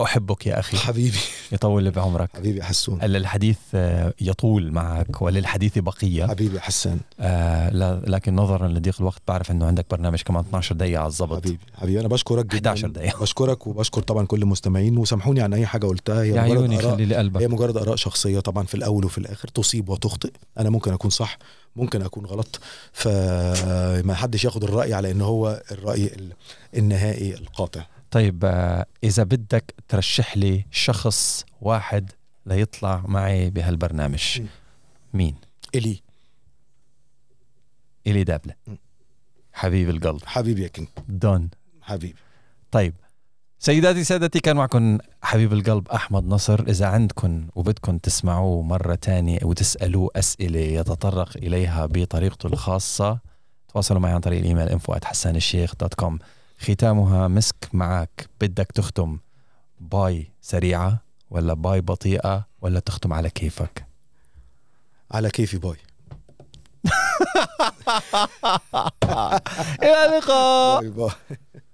S1: احبك يا اخي
S2: حبيبي
S1: يطول لي بعمرك
S2: حبيبي يا حسون
S1: أيوة. الحديث آه، يطول معك وللحديث بقيه
S2: حبيبي يا حسان
S1: آه لا- لكن نظرا لضيق الوقت بعرف انه عندك برنامج كمان 12 دقيقه على الضبط
S2: حبيبي حبيبي انا بشكرك جدا
S1: 11 دقيقة.
S2: بشكرك وبشكر طبعا كل المستمعين وسامحوني عن اي حاجه قلتها هي
S1: يا
S2: مجرد
S1: عيوني
S2: آراء
S1: خلي لي قلبك
S2: هي مجرد اراء شخصيه طبعا في الاول وفي الاخر تصيب وتخطئ انا ممكن اكون صح ممكن اكون غلط فما حدش ياخد الراي على ان هو الراي ال- النهائي القاطع
S1: طيب آه، إذا بدك ترشح لي شخص واحد ليطلع معي بهالبرنامج
S2: م.
S1: مين؟
S2: الي
S1: إلي دابلة
S2: م.
S1: حبيب القلب
S2: حبيبي يا كينج
S1: دون
S2: حبيبي
S1: طيب سيداتي سادتي كان معكم حبيب القلب أحمد نصر إذا عندكم وبدكم تسمعوه مرة تانية وتسألوه أسئلة يتطرق إليها بطريقته الخاصة تواصلوا معي عن طريق الإيميل info دوت كوم ختامها مسك معك بدك تختم باي سريعة ولا باي بطيئة ولا تختم على كيفك
S2: على كيفي باي
S1: إلى اللقاء آه.
S2: باي باي